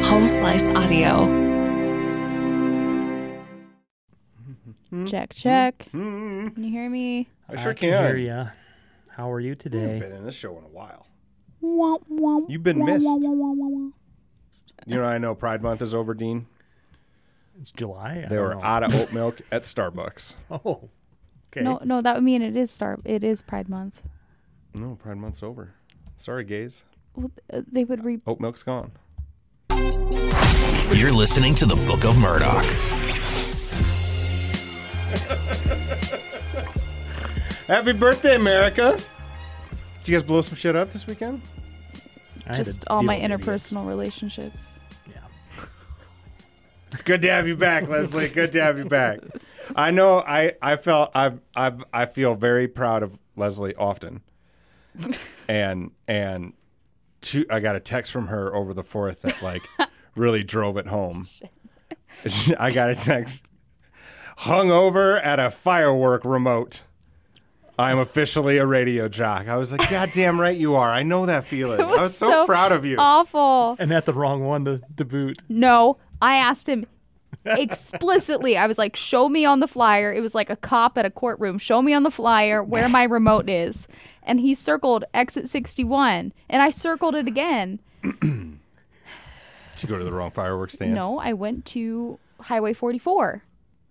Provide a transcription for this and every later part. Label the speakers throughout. Speaker 1: Slice Audio.
Speaker 2: Mm-hmm.
Speaker 3: Check, check. Can you hear me?
Speaker 2: I sure
Speaker 4: can.
Speaker 2: can.
Speaker 4: hear ya. How are you
Speaker 2: Haven't
Speaker 4: today?
Speaker 2: been in this show in a while.
Speaker 3: Womp, womp,
Speaker 2: You've been missed.
Speaker 3: womp, womp, womp, womp.
Speaker 2: You know, I know Pride Month is over, Dean.
Speaker 4: It's July. I
Speaker 2: They
Speaker 4: don't
Speaker 2: were
Speaker 4: know.
Speaker 2: out of oat milk at Starbucks.
Speaker 4: Oh, okay.
Speaker 3: No, no, that would mean it is Star. It is Pride Month.
Speaker 2: No, Pride Month's over. Sorry, gays.
Speaker 3: Well, th- uh, they would re.
Speaker 2: Oat milk's gone.
Speaker 5: You're listening to the Book of Murdoch.
Speaker 2: Happy birthday, America! Did you guys blow some shit up this weekend?
Speaker 4: I had to
Speaker 3: just all
Speaker 4: deal
Speaker 3: my
Speaker 4: with idiots.
Speaker 3: interpersonal relationships.
Speaker 4: Yeah.
Speaker 2: It's good to have you back, Leslie. Good to have you back. I know. I I felt I've I've I feel very proud of Leslie often, and and two, I got a text from her over the fourth that like really drove it home. I got a text, hung over at a firework remote. I'm officially a radio jock. I was like, God damn right you are. I know that feeling. I was so, proud of you.
Speaker 3: Awful.
Speaker 4: And at the wrong one to, to boot.
Speaker 3: No, I asked him explicitly. I was like, "Show me on the flyer." It was like a cop at a courtroom. Show me on the flyer where my remote is. And he circled exit 61, and I circled it again.
Speaker 2: Did you go to the wrong fireworks stand?
Speaker 3: No, I went to Highway 44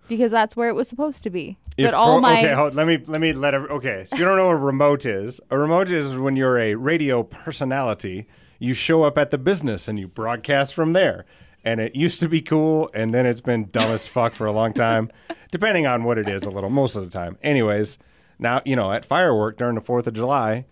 Speaker 3: because that's where it was supposed to be.
Speaker 2: If
Speaker 3: but all
Speaker 2: for-
Speaker 3: my
Speaker 2: okay, hold, let me let me let every, okay. So you don't know what a remote is. A remote is when you're a radio personality. You show up at the business and you broadcast from there. And it used to be cool, and then it's been dumb as fuck for a long time, depending on what it is. A little, most of the time. Anyways, now you know at firework during the Fourth of July,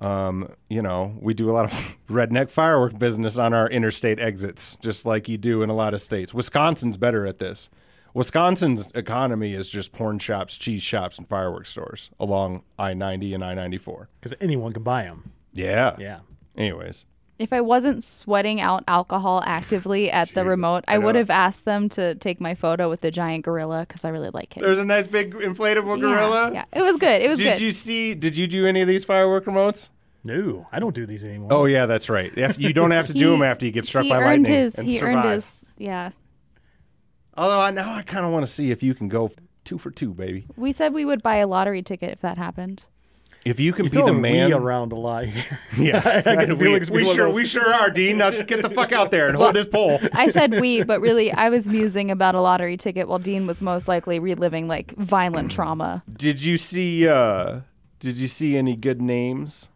Speaker 2: um, you know we do a lot of redneck firework business on our interstate exits, just like you do in a lot of states. Wisconsin's better at this. Wisconsin's economy is just porn shops, cheese shops, and fireworks stores along I 90 and I 94.
Speaker 4: Because anyone can buy them.
Speaker 2: Yeah.
Speaker 4: Yeah.
Speaker 2: Anyways,
Speaker 3: if I wasn't sweating out alcohol actively at the remote, I, would
Speaker 2: know.
Speaker 3: have asked them to take my photo with the giant gorilla because I really like him.
Speaker 2: there's a nice big inflatable
Speaker 3: Yeah,
Speaker 2: gorilla.
Speaker 3: Yeah, it was good. It was
Speaker 2: Did
Speaker 3: good.
Speaker 2: you see? Did you do any of these firework remotes?
Speaker 4: No, I don't do these anymore.
Speaker 2: Oh yeah, that's right. If- You don't have to do
Speaker 3: He-
Speaker 2: them after you get struck
Speaker 3: he
Speaker 2: by
Speaker 3: earned
Speaker 2: lightning
Speaker 3: his.
Speaker 2: and
Speaker 3: he
Speaker 2: survive.
Speaker 3: earned his. Yeah,
Speaker 2: Although I, now I kind of want to see if you can go f- two for two, baby.
Speaker 3: we said we would buy a lottery ticket if that happened.
Speaker 2: If you can
Speaker 4: you
Speaker 2: be the man,
Speaker 4: around a lot here.
Speaker 2: yeah,
Speaker 4: I get the
Speaker 2: we,
Speaker 4: feelings
Speaker 2: we
Speaker 4: people are
Speaker 2: sure
Speaker 4: those-
Speaker 2: we sure are, Dean. Now just get the fuck out there and hold this pole.
Speaker 3: I said we, but really, I was musing about a lottery ticket while Dean was most likely reliving like violent trauma.
Speaker 2: Did you see uh did you see any good names?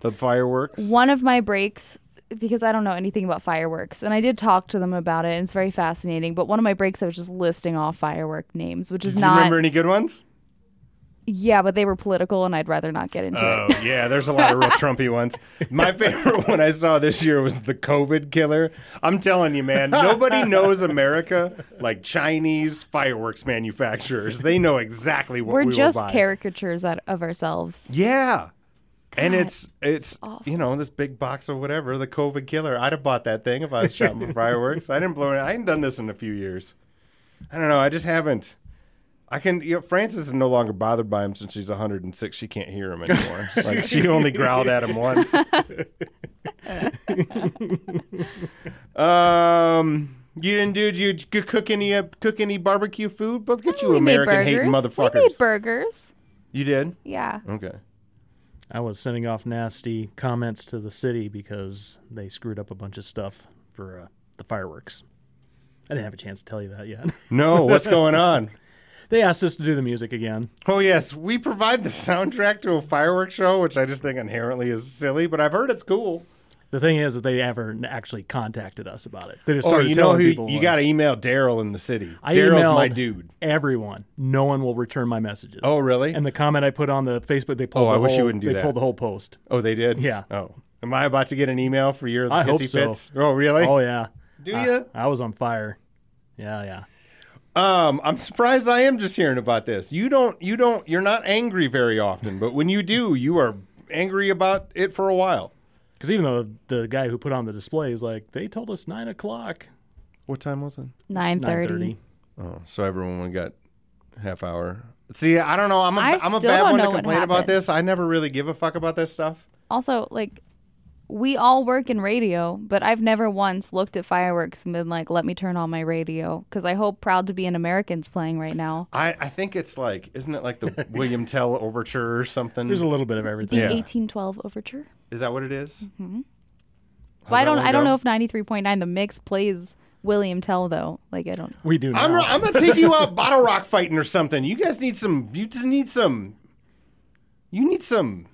Speaker 2: The fireworks?
Speaker 3: one of my breaks because I don't know anything about fireworks, and I did talk to them about it, and it's very fascinating. But one of my breaks, I was just listing off firework names, which is
Speaker 2: Do you
Speaker 3: not.
Speaker 2: remember any good ones?
Speaker 3: yeah, but they were political, and I'd rather not get into it.
Speaker 2: Oh yeah, there's a lot of real Trumpy ones. My favorite one I saw this year was the COVID killer. I'm telling you, man, nobody knows America like Chinese fireworks manufacturers. They know exactly what
Speaker 3: We're
Speaker 2: we will
Speaker 3: just
Speaker 2: buy.
Speaker 3: caricatures out of ourselves.
Speaker 2: Yeah. and it's it's you know this big box of whatever the COVID killer. I'd have bought that thing if I was shopping for fireworks. I didn't blow it. I hadn't done this in a few years. I don't know. I just haven't. I can. You know, Frances is no longer bothered by him since she's 106. She can't hear him anymore. like she only growled at him once. um. You didn't do? Did you c- cook any uh, cook any barbecue food? But look at you,
Speaker 3: we made
Speaker 2: American
Speaker 3: burgers.
Speaker 2: hating motherfuckers.
Speaker 3: We made burgers.
Speaker 2: you did?
Speaker 3: Yeah.
Speaker 2: Okay.
Speaker 4: I was sending off nasty comments to the city because they screwed up a bunch of stuff for uh, the fireworks. I didn't have a chance to tell you that yet.
Speaker 2: No, what's going on?
Speaker 4: they asked us to do the music again.
Speaker 2: Oh yes, we provide the soundtrack to a fireworks show, which I just think inherently is silly, but I've heard it's cool.
Speaker 4: The thing is that they never actually contacted us about it. They just
Speaker 2: Oh,
Speaker 4: started
Speaker 2: you know
Speaker 4: telling
Speaker 2: who?
Speaker 4: people.
Speaker 2: You
Speaker 4: uh,
Speaker 2: got to email Daryl in the city.
Speaker 4: I
Speaker 2: Daryl's
Speaker 4: emailed
Speaker 2: my dude.
Speaker 4: Everyone, no one will return my messages.
Speaker 2: Oh, really?
Speaker 4: And the comment I put on the Facebook, they pulled.
Speaker 2: Oh,
Speaker 4: the
Speaker 2: I wish you
Speaker 4: whole-
Speaker 2: wouldn't do
Speaker 4: They
Speaker 2: that.
Speaker 4: pulled the whole post.
Speaker 2: Oh, they did.
Speaker 4: Yeah.
Speaker 2: Oh, am I about to get an email for your
Speaker 4: I hope
Speaker 2: hissy
Speaker 4: so.
Speaker 2: fits? Oh, really?
Speaker 4: Oh yeah.
Speaker 2: Do
Speaker 4: I-
Speaker 2: ya?
Speaker 4: I, was on fire. Yeah, yeah.
Speaker 2: Um, I'm surprised I am just hearing about this. You don't. You don't. You're not angry very often, but when you do, you are angry about it for a while.
Speaker 4: Because even though the guy who put on the display was like, they told us nine o'clock,
Speaker 2: What time was it?
Speaker 3: Nine
Speaker 4: nine
Speaker 3: thirty.
Speaker 4: thirty.
Speaker 2: Oh, so everyone got half hour. See, I don't know. I'm a,
Speaker 3: I
Speaker 2: I'm a
Speaker 3: still
Speaker 2: bad
Speaker 3: don't
Speaker 2: one to
Speaker 3: know what
Speaker 2: complain about
Speaker 3: happened.
Speaker 2: this. I never really give a fuck about this stuff.
Speaker 3: Also, like, we all work in radio, but I've never once looked at fireworks and been like, let me turn on my radio because I hope Proud to Be an American's playing right now.
Speaker 2: I, I think it's like, isn't it like the William Tell Overture or something?
Speaker 4: There's a little bit of
Speaker 3: The
Speaker 4: everything.
Speaker 2: Yeah.
Speaker 3: 1812 Overture.
Speaker 2: Is that what it is? How's
Speaker 3: Mm-hmm. Well, I
Speaker 2: that
Speaker 3: don't.
Speaker 2: one
Speaker 3: I don't
Speaker 2: go?
Speaker 3: know if 93.9 The Mix plays William Tell though. Like I don't.
Speaker 4: We do now.
Speaker 2: I'm, ro- I'm gonna take you out bottle rock fighting or something. You guys need some. You just need some. You need some.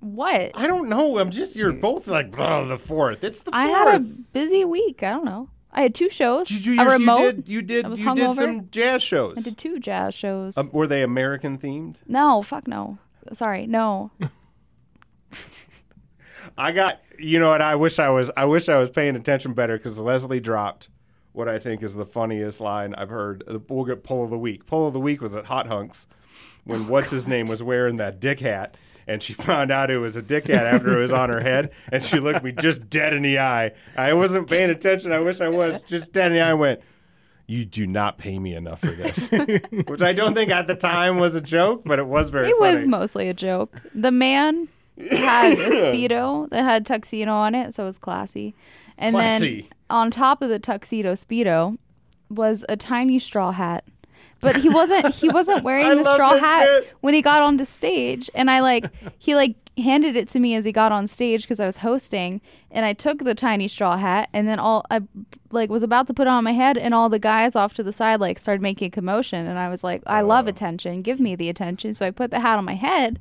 Speaker 3: What?
Speaker 2: I don't know. I'm just. You're both like blah, the fourth. It's the fourth.
Speaker 3: I had a busy week. I don't know. I had two shows.
Speaker 2: Did you,
Speaker 3: a
Speaker 2: you
Speaker 3: remote.
Speaker 2: did. You did.
Speaker 3: I was
Speaker 2: You did
Speaker 3: hungover.
Speaker 2: some jazz shows.
Speaker 3: I did two jazz shows.
Speaker 2: Um, were they American themed?
Speaker 3: no, fuck no. Sorry, no.
Speaker 2: I got. You know what? I wish I was. I wish I was paying attention better because Leslie dropped what I think is the funniest line I've heard. The- We'll get poll of the week. Poll of the week was at Hot Hunks when what's his name was wearing that dick hat. And she found out it was a dick hat after it was on her head, and she looked me just dead in the eye. I wasn't paying attention. I wish I was. Just dead in the eye. I went, "You do not pay me enough for this," which I don't think at the time was a joke, but it was very.
Speaker 3: It
Speaker 2: funny.
Speaker 3: was mostly a joke. The man had a speedo that had tuxedo on it, so it was classy. And
Speaker 2: Classy.
Speaker 3: then on top of the tuxedo speedo was a tiny straw hat. But he wasn't he wasn't
Speaker 2: I
Speaker 3: wearing the
Speaker 2: love
Speaker 3: straw
Speaker 2: this
Speaker 3: hat
Speaker 2: bit.
Speaker 3: when he got onto stage and I like he like handed it to me as he got on stage cuz I was hosting and I took the tiny straw hat and then all I like was about to put it on my head and all the guys off to the side like started making a commotion and I was like I love attention give me the attention so I put the hat on my head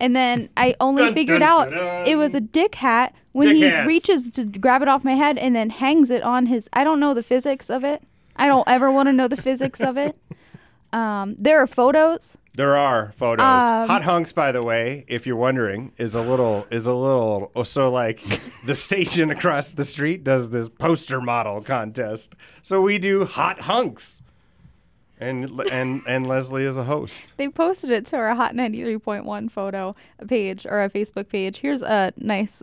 Speaker 3: and then I only
Speaker 2: Dun,
Speaker 3: figured
Speaker 2: dun,
Speaker 3: out
Speaker 2: dun.
Speaker 3: it was a dick hat when he
Speaker 2: Dick hats.
Speaker 3: reaches to grab it off my head and then hangs it on his I don't know the physics of it. I don't ever want to know the physics of it. Um, there are photos.
Speaker 2: There are photos.
Speaker 3: Um,
Speaker 2: Hot hunks, by the way, if you're wondering, is a little is a little oh, so like the station across the street does this poster model contest. So we do hot hunks, and and and Leslie is a host.
Speaker 3: They posted it to our Hot 93.1 photo page or a Facebook page. Here's a nice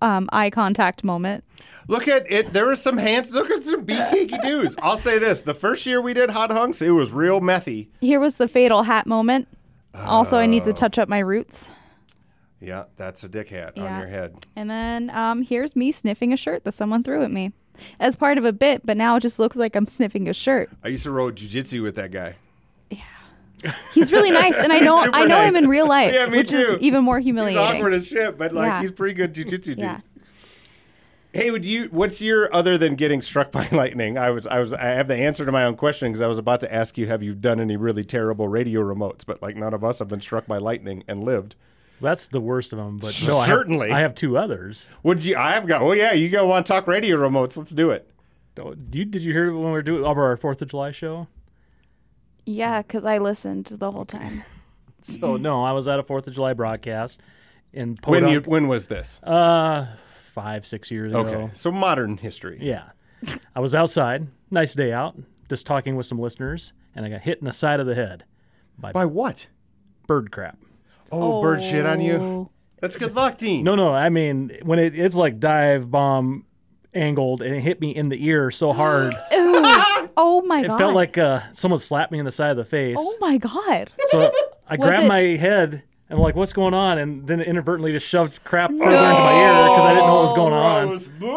Speaker 3: um, eye contact moment.
Speaker 2: Look at it. There are some hands. Look at some beefcakey dudes. I'll say this: the first year we did hot hunks, it was real methy.
Speaker 3: Here was the fatal hat moment. Also, I need to touch up my roots.
Speaker 2: Yeah, that's a dick hat on
Speaker 3: Yeah.
Speaker 2: your head.
Speaker 3: And then um, here's me sniffing a shirt that someone threw at me as part of a bit, but now it just looks like I'm sniffing a shirt.
Speaker 2: I used to roll jujitsu with that guy.
Speaker 3: He's really nice, and I know
Speaker 2: Super
Speaker 3: I know him
Speaker 2: nice.
Speaker 3: in real life,
Speaker 2: Yeah, me
Speaker 3: which is
Speaker 2: too.
Speaker 3: even more
Speaker 2: He's
Speaker 3: humiliating.
Speaker 2: awkward as shit, but like
Speaker 3: Yeah.
Speaker 2: he's pretty good jujitsu dude.
Speaker 3: Yeah.
Speaker 2: Hey, would you? What's your other than getting struck by lightning? I was, I was, I have the answer to my own question because I was about to ask you, have you done any really terrible radio remotes? But like, none of us have been struck by lightning and lived.
Speaker 4: That's the worst of them. But no, I have-
Speaker 2: Certainly.
Speaker 4: I have, two others.
Speaker 2: Would you? I have got. Oh yeah, you go want to talk radio remotes? Let's do it.
Speaker 4: Oh, do you- did you hear it when we were doing over our Fourth of July show?
Speaker 3: Yeah, because I listened the whole time.
Speaker 4: So no, I was at a Fourth of July broadcast in
Speaker 2: When
Speaker 4: Podunk,
Speaker 2: you? When was this?
Speaker 4: uh five six years ago.
Speaker 2: okay, so modern history.
Speaker 4: Yeah. I was outside, nice day out, just talking with some listeners, and I got hit in the side of the head.
Speaker 2: By what?
Speaker 4: Bird crap.
Speaker 2: Oh, bird shit on you.
Speaker 3: Oh.
Speaker 2: That's good luck, Dean.
Speaker 4: No, no, I mean when it, it's like dive bomb angled and it hit me in the ear so hard. it
Speaker 3: Oh my god!
Speaker 4: felt like uh, someone slapped me in the side of the face.
Speaker 3: oh my god!
Speaker 4: So I
Speaker 3: Was
Speaker 4: grabbed
Speaker 3: it-
Speaker 4: my head and I'm like, what's going on? And then inadvertently just shoved crap further into my ear because I didn't know what was going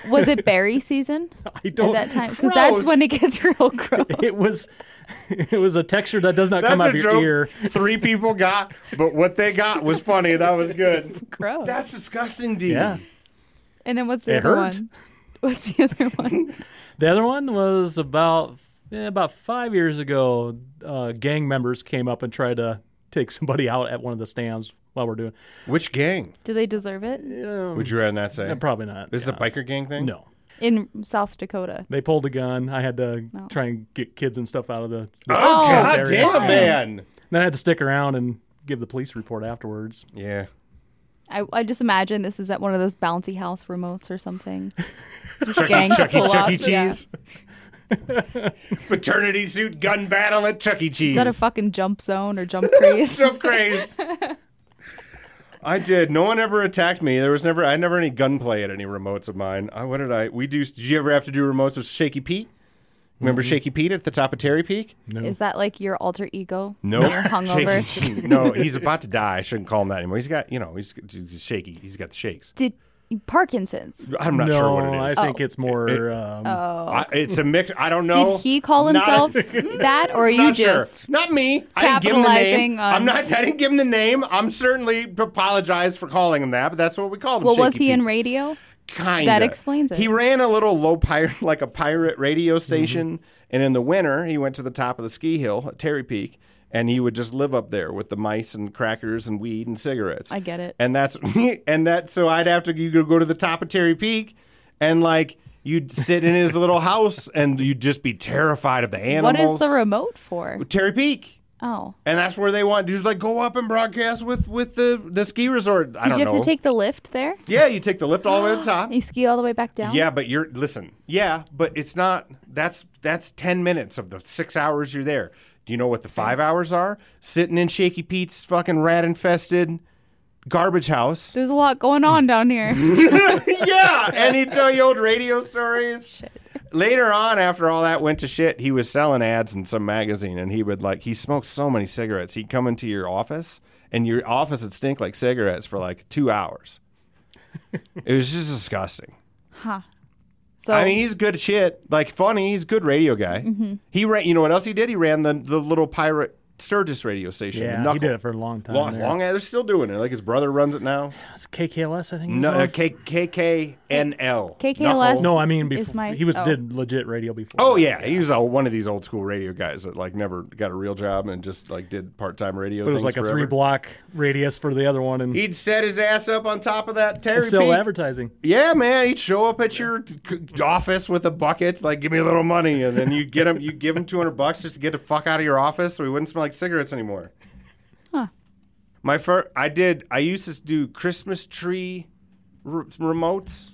Speaker 4: on.
Speaker 3: Was it berry season
Speaker 4: I
Speaker 3: at
Speaker 4: don't.
Speaker 3: that time? Because that's when it gets real gross.
Speaker 4: It was, it was a texture that does not
Speaker 2: That's
Speaker 4: come out
Speaker 2: a
Speaker 4: of your
Speaker 2: joke
Speaker 4: ear.
Speaker 2: three people got, but what they got was funny. That was good.
Speaker 3: gross.
Speaker 2: That's disgusting, Dean.
Speaker 4: Yeah.
Speaker 3: and then what's the
Speaker 4: It
Speaker 3: other
Speaker 4: hurt.
Speaker 3: one? What's the other one?
Speaker 4: The other one was about eh, about five years ago. Uh, gang members came up and tried to take somebody out at one of the stands while we're doing.
Speaker 2: Which gang?
Speaker 3: Do they deserve it
Speaker 2: Would you rather not say?
Speaker 4: eh, Probably not.
Speaker 2: This is
Speaker 4: yeah.
Speaker 2: a biker gang thing?
Speaker 4: no.
Speaker 3: in South Dakota?
Speaker 4: They pulled a gun. I had to
Speaker 3: No.
Speaker 4: try and get kids and stuff out of the.
Speaker 2: Oh,
Speaker 3: Oh,
Speaker 2: God
Speaker 4: Terry.
Speaker 2: damn, man.
Speaker 4: Then I had to stick around and give the police report afterwards.
Speaker 2: Yeah.
Speaker 3: I, I just imagine this is at one of those bouncy house remotes or something. Just gangs
Speaker 4: E,
Speaker 3: pull up. Yeah.
Speaker 2: Paternity suit gun battle at Chuck E. Cheese.
Speaker 3: Is that a fucking jump zone or jump craze?
Speaker 2: Jump craze. I did. No one ever attacked me. There was never. I had never any gunplay at any remotes of mine. I, what did I? We do. Did you ever have to do remotes with Shaky Pete? Remember
Speaker 4: Mm-hmm.
Speaker 2: Shaky Pete at the top of Terry Peak?
Speaker 3: Is that like your alter ego?
Speaker 2: No,
Speaker 3: When you're hungover.
Speaker 2: Shaky. no, he's about to die. I shouldn't call him that anymore. He's got, you know, he's, he's shaky. He's got the shakes.
Speaker 3: Did Parkinson's.
Speaker 2: I'm not
Speaker 4: no,
Speaker 2: sure what it is.
Speaker 4: I
Speaker 3: Oh.
Speaker 4: think it's more. um,
Speaker 2: I- it's a mix. I don't know.
Speaker 3: Did he call
Speaker 2: Not-
Speaker 3: himself that, or are you
Speaker 2: Not sure.
Speaker 3: just
Speaker 2: Not me. I didn't give him the name.
Speaker 3: capitalizing on-
Speaker 2: I'm not. I didn't give him the name. I'm certainly apologize for calling him that, but that's what we called him.
Speaker 3: well? Was
Speaker 2: Shaky
Speaker 3: he in
Speaker 2: Pete.
Speaker 3: radio?
Speaker 2: Kinda.
Speaker 3: that explains it.
Speaker 2: He ran a little low pirate, like a pirate radio station, and in the winter he went to the top of the ski hill at Terry Peak. And he would just live up there with the mice and crackers and weed and cigarettes.
Speaker 3: I get it.
Speaker 2: And that's and that. So I'd have to you could go to the top of Terry Peak, and like you'd sit in his little house, and you'd just be terrified of the
Speaker 3: What
Speaker 2: animals.
Speaker 3: is the remote for?
Speaker 2: Terry Peak.
Speaker 3: Oh,
Speaker 2: And that's where they want dudes like go up and broadcast with with the the ski resort. I
Speaker 3: did
Speaker 2: don't
Speaker 3: you have
Speaker 2: know.
Speaker 3: to take the lift there?
Speaker 2: yeah, you take the lift all the way to the top.
Speaker 3: And you ski all the way back down?
Speaker 2: Yeah, but you're listen. Yeah, but it's not. That's that's ten minutes of the six hours you're there. Do you know what the five hours are? Sitting in Shaky Pete's fucking rat infested garbage house.
Speaker 3: There's a lot going on down here.
Speaker 2: yeah, and he'd tell you old radio stories. Later on, after all that went to shit, he was selling ads in some magazine, and he would like he smoked so many cigarettes. He'd come into your office, and your office would stink like cigarettes for like two hours. it was just disgusting.
Speaker 3: So
Speaker 2: I mean, he's good at shit. Like funny, he's a good radio guy. He ran. You know what else he did? He ran the the little pirate Sturgis radio station. the
Speaker 4: yeah, he
Speaker 2: Knuckle.
Speaker 4: did it for a long time.
Speaker 2: Long,
Speaker 4: there.
Speaker 2: long, they're still doing it. Like his brother runs it now.
Speaker 4: It's KKLS, I think. it was
Speaker 2: No,
Speaker 4: on.
Speaker 2: uh, K K K N L.
Speaker 3: KKLS.
Speaker 4: no, I mean
Speaker 3: Is
Speaker 4: before
Speaker 3: my-
Speaker 4: he was
Speaker 3: oh.
Speaker 4: did legit radio before.
Speaker 2: Oh yeah, he was uh, one of these old school radio guys that like never got a real job and just like did part time radio.
Speaker 4: but it was
Speaker 2: things
Speaker 4: like a
Speaker 2: forever.
Speaker 4: three block radius for the other one, and
Speaker 2: He'd set his ass up on top of that Terry
Speaker 4: still
Speaker 2: Peak.
Speaker 4: advertising.
Speaker 2: Yeah, man, he'd show up at your c- c- office with a bucket, like give me a little money, and then you get him, you give him two hundred bucks just to get the fuck out of your office, so he wouldn't smell like cigarettes anymore. Huh. My first, I did. I used to do Christmas tree r- remotes.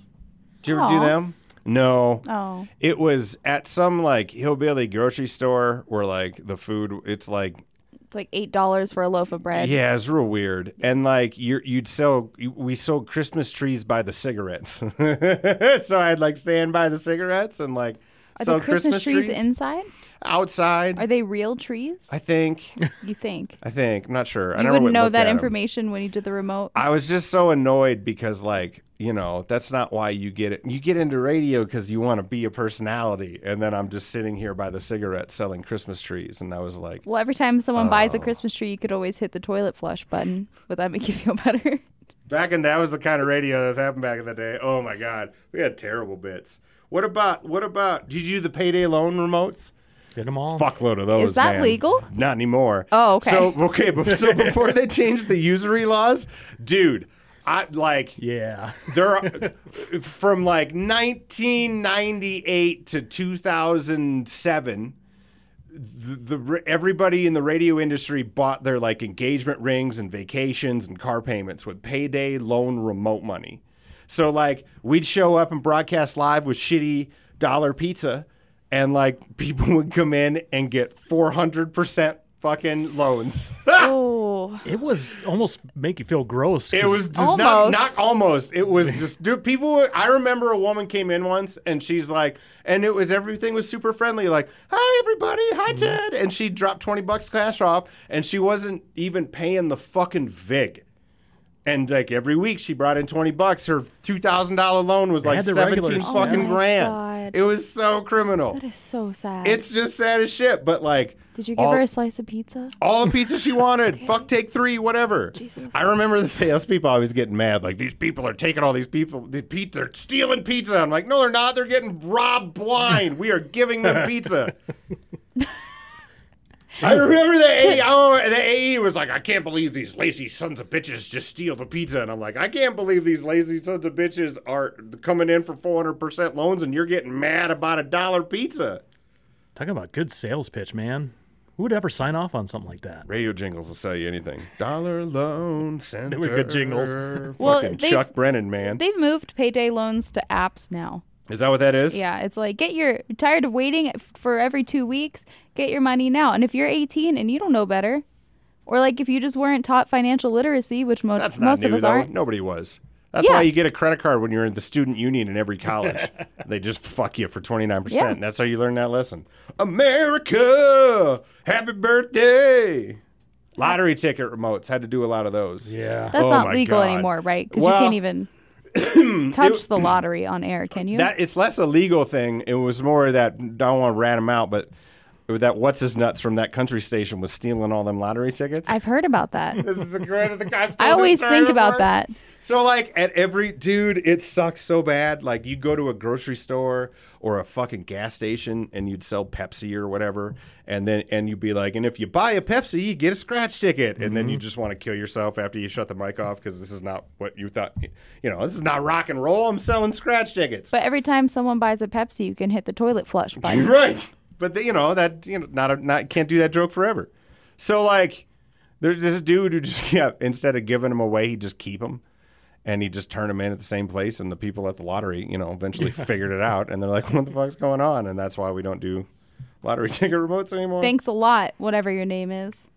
Speaker 2: Did you ever do
Speaker 3: Aw.
Speaker 2: them? No.
Speaker 3: Oh.
Speaker 2: It was at some like hillbilly grocery store where like the food it's like
Speaker 3: It's like eight dollars for a loaf of bread.
Speaker 2: yeah, it's real weird. And like you you'd sell you- we sold Christmas trees by the cigarettes. so I'd like stand by the cigarettes and like
Speaker 3: Are
Speaker 2: sell
Speaker 3: the Christmas, trees, inside?
Speaker 2: outside.
Speaker 3: Are they real trees?
Speaker 2: I think.
Speaker 3: you think?
Speaker 2: I think. I'm not sure. I
Speaker 3: you
Speaker 2: never
Speaker 3: wouldn't
Speaker 2: went
Speaker 3: know
Speaker 2: looked
Speaker 3: that
Speaker 2: at 'em.
Speaker 3: information when you did the remote.
Speaker 2: I was just so annoyed because, like, you know, that's not why you get it. You get into radio because you want to be a personality. And then I'm just sitting here by the cigarette selling Christmas trees. And I was like,
Speaker 3: Well, every time someone
Speaker 2: Oh.
Speaker 3: buys a Christmas tree, you could always hit the toilet flush button. Would that make you feel better?
Speaker 2: Back in that was the kind of radio that was happening back in the day. Oh my God, we had terrible bits. What about what about? Did you do the payday loan remotes?
Speaker 4: Did them all.
Speaker 2: Fuckload of those.
Speaker 3: Is that
Speaker 2: man.
Speaker 3: legal?
Speaker 2: Not anymore.
Speaker 3: Oh, okay.
Speaker 2: So okay, but so before they changed the usury laws, dude, I like
Speaker 4: Yeah,
Speaker 2: there are, from like 1998 to 2007 the, the everybody in the radio industry bought their like engagement rings and vacations and car payments with payday loan remote money so like we'd show up and broadcast live with shitty dollar pizza and like people would come in and get 400% fucking loans
Speaker 3: oh,
Speaker 4: it was almost make you feel gross.
Speaker 2: It
Speaker 4: 'cause
Speaker 2: was just not,
Speaker 3: Almost.
Speaker 2: not almost. It was just dude. People. Were, I remember a woman came in once, and she's like, and it was everything was super friendly. Like, hi everybody, hi
Speaker 4: Mm-hmm.
Speaker 2: Ted, and she dropped twenty bucks cash off, and she wasn't even paying the fucking vig. And like every week, she brought in twenty bucks. Her two thousand dollar loan was like
Speaker 4: had the
Speaker 2: seventeen
Speaker 4: regulars,
Speaker 2: fucking
Speaker 3: yeah. Oh my
Speaker 2: grand.
Speaker 3: God.
Speaker 2: It was so criminal.
Speaker 3: that is so sad.
Speaker 2: It's just sad as shit. But like,
Speaker 3: Did you give
Speaker 2: all-
Speaker 3: her a slice of pizza?
Speaker 2: all the pizza she wanted. Fuck, take three, whatever.
Speaker 3: Jesus.
Speaker 2: I remember the salespeople always getting mad. Like these people are taking all these people, the pe- they're stealing pizza. I'm like, no, they're not. They're getting robbed blind. We are giving them pizza. I remember the AE, oh, the AE was like, I can't believe these lazy sons of bitches just steal the pizza. And I'm like, I can't believe these lazy sons of bitches are coming in for 400% loans and you're getting mad about a dollar pizza.
Speaker 4: talking about good sales pitch, man. Who would ever sign off on something like that?
Speaker 2: Radio jingles will sell you anything. Dollar Loan Center.
Speaker 4: were good jingles.
Speaker 2: Fucking
Speaker 3: Well, they-
Speaker 2: Chuck Brennan, man.
Speaker 3: They've moved payday loans to apps now.
Speaker 2: is that what that is?
Speaker 3: Yeah, it's like get your tired of waiting f- for every two weeks. Get your money now, and if you're 18 and you don't know better, or like if you just weren't taught financial literacy, which most
Speaker 2: That's not
Speaker 3: most
Speaker 2: new,
Speaker 3: of us
Speaker 2: though.
Speaker 3: aren't.
Speaker 2: Nobody was. That's
Speaker 3: Yeah.
Speaker 2: why you get a credit card when you're in the student union in every college. they just fuck you for 29%.
Speaker 3: Yeah.
Speaker 2: And that's how you learn that lesson. America! Happy birthday! Lottery ticket remotes. Had to do a lot of those.
Speaker 4: Yeah,
Speaker 3: That's
Speaker 2: Oh
Speaker 3: not
Speaker 2: my
Speaker 3: legal
Speaker 2: God.
Speaker 3: anymore, right? Because
Speaker 2: Well,
Speaker 3: you can't even. touch the lottery on air, can you?
Speaker 2: That it's less a legal thing. It was more that I don't want to rat him out, but that what's his nuts from that country station was stealing all them lottery tickets.
Speaker 3: I've heard about that.
Speaker 2: this is a great. The, I've told
Speaker 3: I
Speaker 2: this
Speaker 3: always
Speaker 2: story
Speaker 3: think about
Speaker 2: before.
Speaker 3: that.
Speaker 2: So like at every dude, it sucks so bad. Like you go to a grocery store or a fucking gas station and you'd sell Pepsi or whatever, and then and you'd be like, and if you buy a Pepsi, you get a scratch ticket, and then you just want to kill yourself after you shut the mic off because this is not what you thought. You know, this is not rock and roll. I'm selling scratch tickets.
Speaker 3: But every time someone buys a Pepsi, you can hit the toilet flush button.
Speaker 2: right. But they, you know that you know not a, not can't do that joke forever. So like, there's this dude who just yeah instead of giving them away, he just keep them, and he just turn them in at the same place, and the people at the lottery, you know, eventually figured it out, and they're like, what the fuck's going on? And that's why we don't do lottery ticket remotes anymore.
Speaker 3: Thanks a lot, whatever your name is.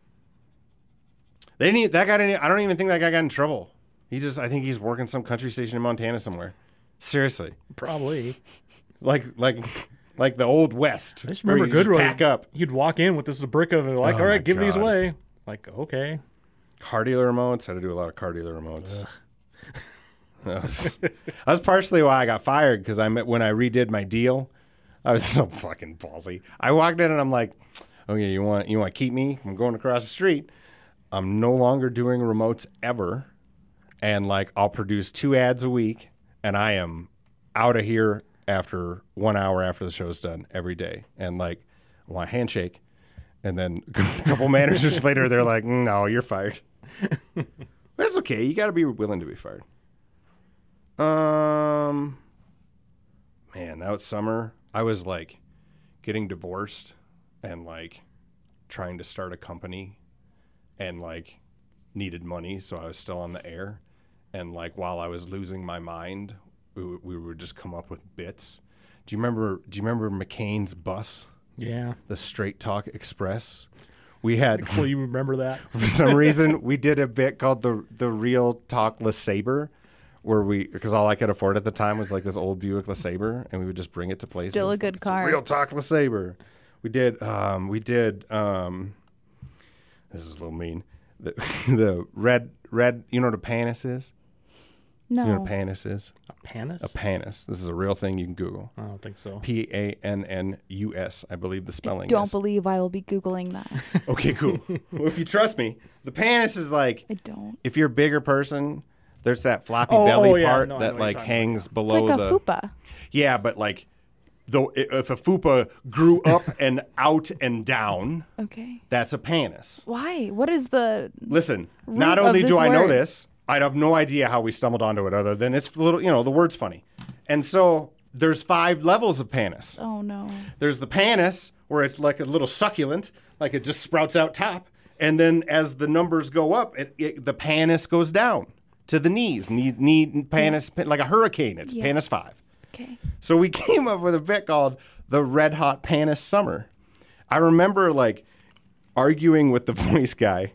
Speaker 2: they didn't. e- That guy didn't. I don't even think that guy got in trouble. He just. I think he's working some country station in Montana somewhere. Seriously,
Speaker 4: Probably.
Speaker 2: like like. Like the old west.
Speaker 4: I just
Speaker 2: where you
Speaker 4: remember Goodwill.
Speaker 2: Pack up.
Speaker 4: You'd walk in with this brick of it, like,
Speaker 2: Oh
Speaker 4: all
Speaker 2: my
Speaker 4: right, give these
Speaker 2: God.
Speaker 4: away. Like, okay.
Speaker 2: car dealer remotes. Had to do a lot of car dealer remotes. That was, that was partially why I got fired because I met, when I redid my deal, I was so fucking ballsy. I walked in and I'm like, "Okay, you want you want to keep me? I'm going across the street. I'm no longer doing remotes ever, and like I'll produce two ads a week, and I am out of here after one hour after the show's done every day, and like I want a handshake." And then a couple managers later, they're like, "Mm, "No, you're fired." That's okay. You got to be willing to be fired. Um, man, that was summer. I was like getting divorced and like trying to start a company and like needed money, so I was still on the air. And like while I was losing my mind, we, would- we would just come up with bits. Do you remember? Do you remember McCain's bus,
Speaker 4: Yeah.
Speaker 2: the Straight Talk Express? We had
Speaker 4: Well, you remember that?
Speaker 2: for some reason we did a bit called the the real talk LeSabre, where we because all I could afford at the time was like this old Buick LeSabre, and we would just bring it to places.
Speaker 3: Still a good
Speaker 2: It's
Speaker 3: car.
Speaker 2: Real talk LeSabre. We did. Um, we did. Um, this is a little mean. The, the red red. You know what a panis is. You know
Speaker 3: No.
Speaker 2: what a panis is.
Speaker 4: A panis?
Speaker 2: A panis. This is a real thing. You can Google.
Speaker 4: I don't think so.
Speaker 2: P A N N U S. I believe the spelling.
Speaker 3: Don't
Speaker 2: is.
Speaker 3: believe I will be Googling that.
Speaker 2: Okay, cool. well, if you trust me, the panis is like
Speaker 3: I don't.
Speaker 2: if you're a bigger person, there's that floppy
Speaker 4: Oh,
Speaker 2: belly
Speaker 4: oh, yeah,
Speaker 2: part
Speaker 4: no, I know
Speaker 2: that
Speaker 4: what you're
Speaker 2: like
Speaker 4: talking about.
Speaker 2: hangs
Speaker 3: It's
Speaker 2: below
Speaker 3: like a
Speaker 2: the
Speaker 3: fupa.
Speaker 2: yeah, but like though i- if a fupa grew up and out and down,
Speaker 3: Okay.
Speaker 2: that's a panis.
Speaker 3: Why? What is the.
Speaker 2: Listen, not
Speaker 3: of
Speaker 2: only
Speaker 3: this
Speaker 2: do I know
Speaker 3: word.
Speaker 2: this, I have no idea how we stumbled onto it other than it's a little, you know, the word's funny. And so there's five levels of panis.
Speaker 3: Oh, no.
Speaker 2: There's the panis, where it's like a little succulent, like it just sprouts out top. And then as the numbers go up, it, it, the panis goes down to the knees. Knee, knee panis, like a hurricane. It's
Speaker 3: Yeah.
Speaker 2: panis five.
Speaker 3: Okay.
Speaker 2: So we came up with a bit called the Red Hot Panis Summer. I remember like arguing with the voice guy,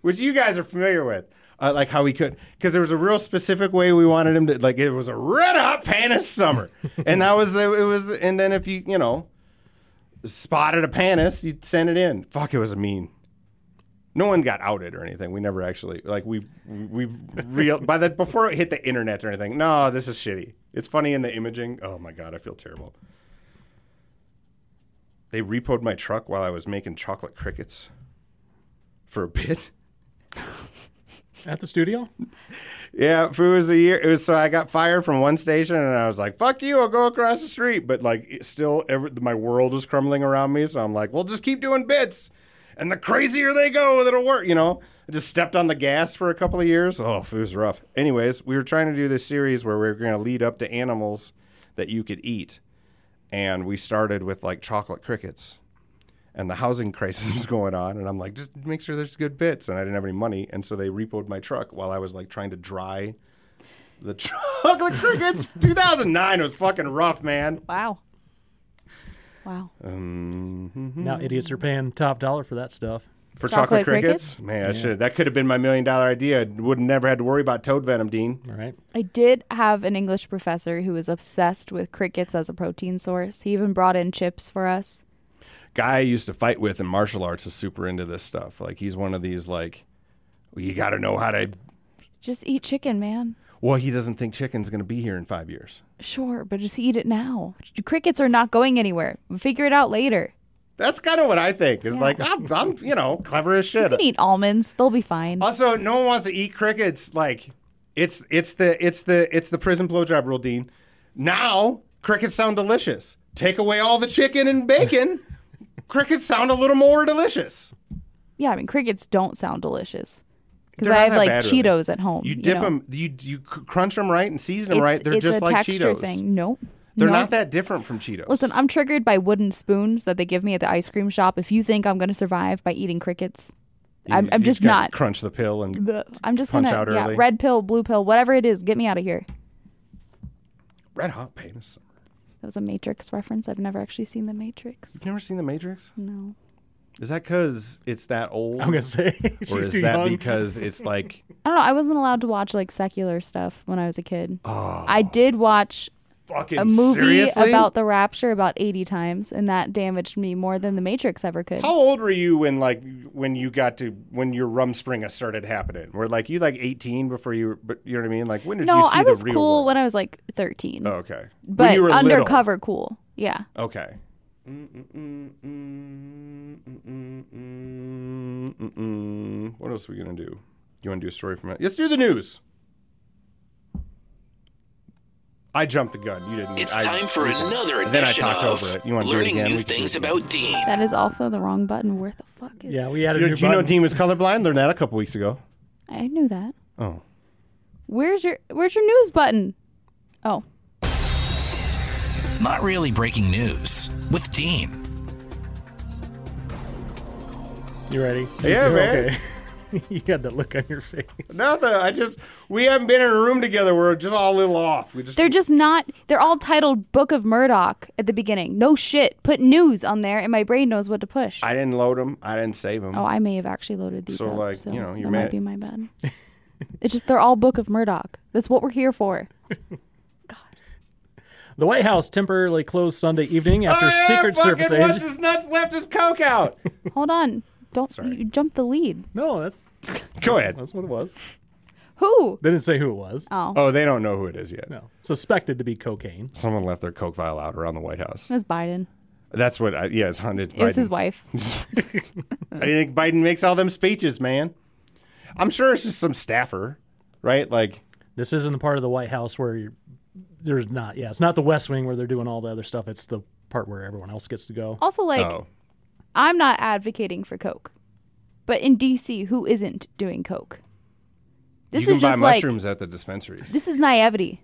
Speaker 2: which you guys are familiar with, uh, like how he could, because there was a real specific way we wanted him to, like it was a red hot panis summer, and that was the, it was, and then if you you know spotted a panis, you'd send it in. Fuck, it was mean. No one got outed or anything. We never actually like we we've real by the before it hit the internet or anything. No, this is shitty. It's funny in the imaging. Oh my god, I feel terrible. They repoed my truck while I was making chocolate crickets for a bit.
Speaker 4: At the studio?
Speaker 2: Yeah, it was a year. It was so I got fired from one station, and I was like, "Fuck you! I'll go across the street." But like, it still, every, my world was crumbling around me. So I'm like, "Well, just keep doing bits, and the crazier they go, it'll work." You know, I just stepped on the gas for a couple of years. Oh, it was rough. Anyways, we were trying to do this series where we were going to lead up to animals that you could eat, and we started with like chocolate crickets and the housing crisis was going on and i'm like just make sure there's good bits and i didn't have any money and so they repoed my truck while i was like trying to dry the chocolate crickets 2009 was fucking rough man
Speaker 3: Wow. Wow.
Speaker 2: Uh, Mm-hmm.
Speaker 4: Now idiots are paying top dollar for that stuff.
Speaker 2: for chocolate,
Speaker 3: Chocolate
Speaker 2: crickets? man i should that could have been my million dollar idea would have never had to worry about toad venom dean
Speaker 4: All right.
Speaker 3: I did have an English professor who was obsessed with crickets as a protein source. He even brought in chips for us.
Speaker 2: guy I used to fight with in martial arts is super into this stuff like he's one of these like you got to know how to
Speaker 3: Just eat chicken, man.
Speaker 2: well, he doesn't think chicken's going to be here in five years.
Speaker 3: Sure, but just eat it now. Crickets are not going anywhere. Figure it out later.
Speaker 2: That's kind of what I think. Is like I'm, I'm, you know, clever as shit.
Speaker 3: You can eat almonds; they'll be fine.
Speaker 2: Also, no one wants to eat crickets. Like, it's it's the it's the it's the prison blowjob rule, Dean. Now crickets sound delicious. Take away all the chicken and bacon, crickets sound a little more delicious.
Speaker 3: yeah, I mean crickets don't sound delicious because
Speaker 2: They're
Speaker 3: I
Speaker 2: not
Speaker 3: have
Speaker 2: that
Speaker 3: like
Speaker 2: bad, really.
Speaker 3: Cheetos at home.
Speaker 2: You dip
Speaker 3: know.
Speaker 2: them, you you c- crunch them right and season them
Speaker 3: It's,
Speaker 2: right. They're
Speaker 3: it's
Speaker 2: just
Speaker 3: a
Speaker 2: like
Speaker 3: texture
Speaker 2: Cheetos.
Speaker 3: thing. Nope.
Speaker 2: They're
Speaker 3: Nope.
Speaker 2: not that different from Cheetos.
Speaker 3: Listen, I'm triggered by wooden spoons that they give me at the ice cream shop. If you think I'm going to survive by eating crickets, I'm,
Speaker 2: You-
Speaker 3: I'm
Speaker 2: you
Speaker 3: just
Speaker 2: gotta
Speaker 3: not.
Speaker 2: crunch the pill and
Speaker 3: I'm just
Speaker 2: punch
Speaker 3: gonna
Speaker 2: out
Speaker 3: yeah,
Speaker 2: early.
Speaker 3: red pill, blue pill, whatever it is, get me out of here.
Speaker 2: red hot pain. is-
Speaker 3: That was a Matrix reference. I've never actually seen The Matrix.
Speaker 2: You've never seen The Matrix?
Speaker 3: No.
Speaker 2: Is that because it's that old?
Speaker 4: I'm gonna say she's
Speaker 2: or is
Speaker 4: too
Speaker 2: that
Speaker 4: young.
Speaker 2: because it's like
Speaker 3: I don't know. I wasn't allowed to watch like secular stuff when I was a kid. I did watch
Speaker 2: fucking
Speaker 3: a movie
Speaker 2: seriously?
Speaker 3: about the rapture about 80 times, and that damaged me more than The Matrix ever could.
Speaker 2: How old were you when like when you got to when your rumspringa started happening? Were like you like 18 before you were, but you know what I mean? Like when did
Speaker 3: no,
Speaker 2: you see
Speaker 3: I was
Speaker 2: the real
Speaker 3: cool
Speaker 2: world?
Speaker 3: when I was like 13,
Speaker 2: Oh, okay.
Speaker 3: but
Speaker 2: when you were little.
Speaker 3: undercover cool. Yeah.
Speaker 2: Okay. What else are we gonna do? You want to do a story from it? Let's do the news. I jumped the gun. You didn't.
Speaker 5: It's
Speaker 2: I-
Speaker 5: time for another edition
Speaker 2: Then I talked
Speaker 5: of
Speaker 2: over it. You want to do it
Speaker 5: learning
Speaker 2: again?
Speaker 5: new
Speaker 2: We can do
Speaker 5: things
Speaker 2: it again.
Speaker 5: about Dean.
Speaker 3: That is also the wrong button. Where the fuck is
Speaker 4: Yeah, we added
Speaker 2: Your
Speaker 4: new
Speaker 2: Gino
Speaker 4: buttons.
Speaker 2: team is colorblind. Learned that a couple weeks ago.
Speaker 3: I knew that.
Speaker 2: Oh.
Speaker 3: Where's your Where's your news button? Oh,
Speaker 5: Not really breaking news with Dean.
Speaker 4: You ready?
Speaker 2: Yeah,
Speaker 4: You're
Speaker 2: man.
Speaker 4: Okay. you had that look on your face.
Speaker 2: Nothing. I just we haven't been in a room together. We're just all a little off. We just
Speaker 3: they're just not. They're all titled "Book of Murdoch" at the beginning. No shit. Put news on there, and my brain knows what to push.
Speaker 2: I didn't load them. I didn't save them.
Speaker 3: oh, I may have actually loaded these.
Speaker 2: So,
Speaker 3: up,
Speaker 2: like,
Speaker 3: so
Speaker 2: you know, you're
Speaker 3: that might
Speaker 2: mad-
Speaker 3: be my bad. it's just they're all Book of Murdoch. That's what we're here for.
Speaker 4: The White House temporarily closed Sunday evening
Speaker 2: Oh,
Speaker 4: after Secret Service
Speaker 2: Once
Speaker 4: agents.
Speaker 2: his nuts left his coke out.
Speaker 3: Hold on. Don't you jump the lead.
Speaker 4: No, that's
Speaker 2: Go ahead.
Speaker 4: that's what it was.
Speaker 3: Who?
Speaker 4: They didn't say who it was.
Speaker 2: Oh, they don't know who it is yet.
Speaker 4: No, suspected to be cocaine.
Speaker 2: Someone left their coke vial out around the White House.
Speaker 3: That's Biden.
Speaker 2: That's what. I, yeah, it's hunted.
Speaker 3: It was his wife.
Speaker 2: How do you think Biden makes all them speeches, man? I'm sure it's just some staffer, right? Like,
Speaker 4: This isn't the part of the White House where you're, there's not. Yeah, it's not the West Wing where they're doing all the other stuff. It's the part where everyone else gets to go.
Speaker 3: Also, like,
Speaker 2: oh,
Speaker 3: I'm not advocating for Coke, but in DC, who isn't doing Coke? This
Speaker 2: you can
Speaker 3: is
Speaker 2: buy
Speaker 3: just like
Speaker 2: mushrooms at the dispensaries.
Speaker 3: this is naivety.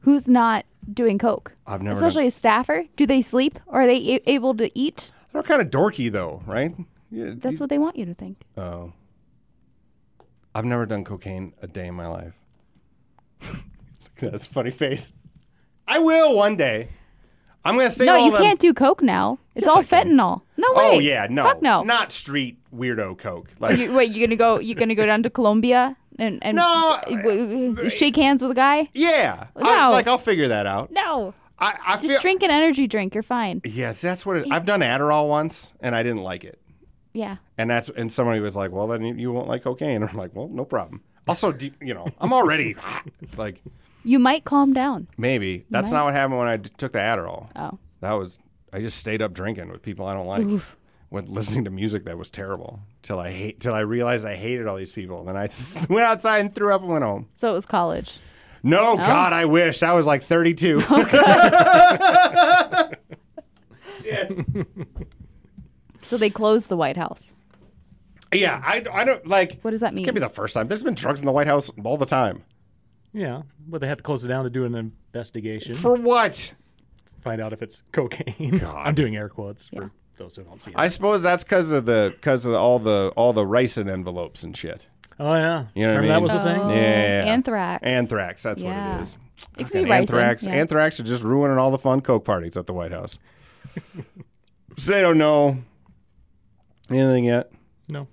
Speaker 3: Who's not doing Coke?
Speaker 2: I've never
Speaker 3: Especially a staffer. Do they sleep? Are they a- able to eat?
Speaker 2: They're kind of dorky though, right? Yeah,
Speaker 3: That's what they want you to think.
Speaker 2: Oh. I've never done cocaine a day in my life. That's a funny face. I will one day. I'm gonna say
Speaker 3: No,
Speaker 2: all
Speaker 3: you
Speaker 2: them-
Speaker 3: can't do Coke now. It's
Speaker 2: Yes,
Speaker 3: all
Speaker 2: I can.
Speaker 3: fentanyl. No way.
Speaker 2: Oh yeah, no,
Speaker 3: Fuck no.
Speaker 2: not street weirdo coke. Like
Speaker 3: You, wait, you're gonna go? You're gonna go down to Colombia and and
Speaker 2: No,
Speaker 3: w- w- shake hands with a guy?
Speaker 2: yeah, I,
Speaker 3: No.
Speaker 2: like I'll figure that out.
Speaker 3: No,
Speaker 2: I, I
Speaker 3: just
Speaker 2: feel
Speaker 3: drink an energy drink. You're fine.
Speaker 2: yes, that's what it, I've done Adderall once, and I didn't like it.
Speaker 3: Yeah.
Speaker 2: And that's and somebody was like, "Well, then you, you won't like cocaine." I'm like, "Well, no problem." Also, do, you know, I'm already like
Speaker 3: You might calm down.
Speaker 2: Maybe that's not what happened when I d- took the Adderall.
Speaker 3: Oh.
Speaker 2: that was I just stayed up drinking with people I don't like, with listening to music that was terrible till I hate till I realized I hated all these people. Then I went outside and threw up and went home.
Speaker 3: So it was college.
Speaker 2: No,
Speaker 3: Oh.
Speaker 2: God, I wish I was like 32. Shit.
Speaker 3: So they closed the White House.
Speaker 2: Yeah, I, I don't like.
Speaker 3: What does that
Speaker 2: this
Speaker 3: mean?
Speaker 2: Can't be the first time. There's been drugs in the White House all the time.
Speaker 4: Yeah, but they have to close it down to do an investigation,
Speaker 2: For what?
Speaker 4: find out if it's cocaine. I'm doing air quotes for those who don't see it.
Speaker 2: I suppose that's because of the because of all the all the ricin envelopes and shit.
Speaker 4: oh yeah,
Speaker 2: You know what I
Speaker 4: remember
Speaker 2: mean?
Speaker 4: that was a thing.
Speaker 3: Oh,
Speaker 2: Yeah.
Speaker 3: Anthrax.
Speaker 2: Anthrax, that's what
Speaker 3: Yeah.
Speaker 2: it is.
Speaker 3: It could
Speaker 2: Fucking
Speaker 3: be ricin,
Speaker 2: anthrax.
Speaker 3: yeah.
Speaker 2: Anthrax are just ruining all the fun Coke parties at the White House. so they don't know anything yet.
Speaker 4: No.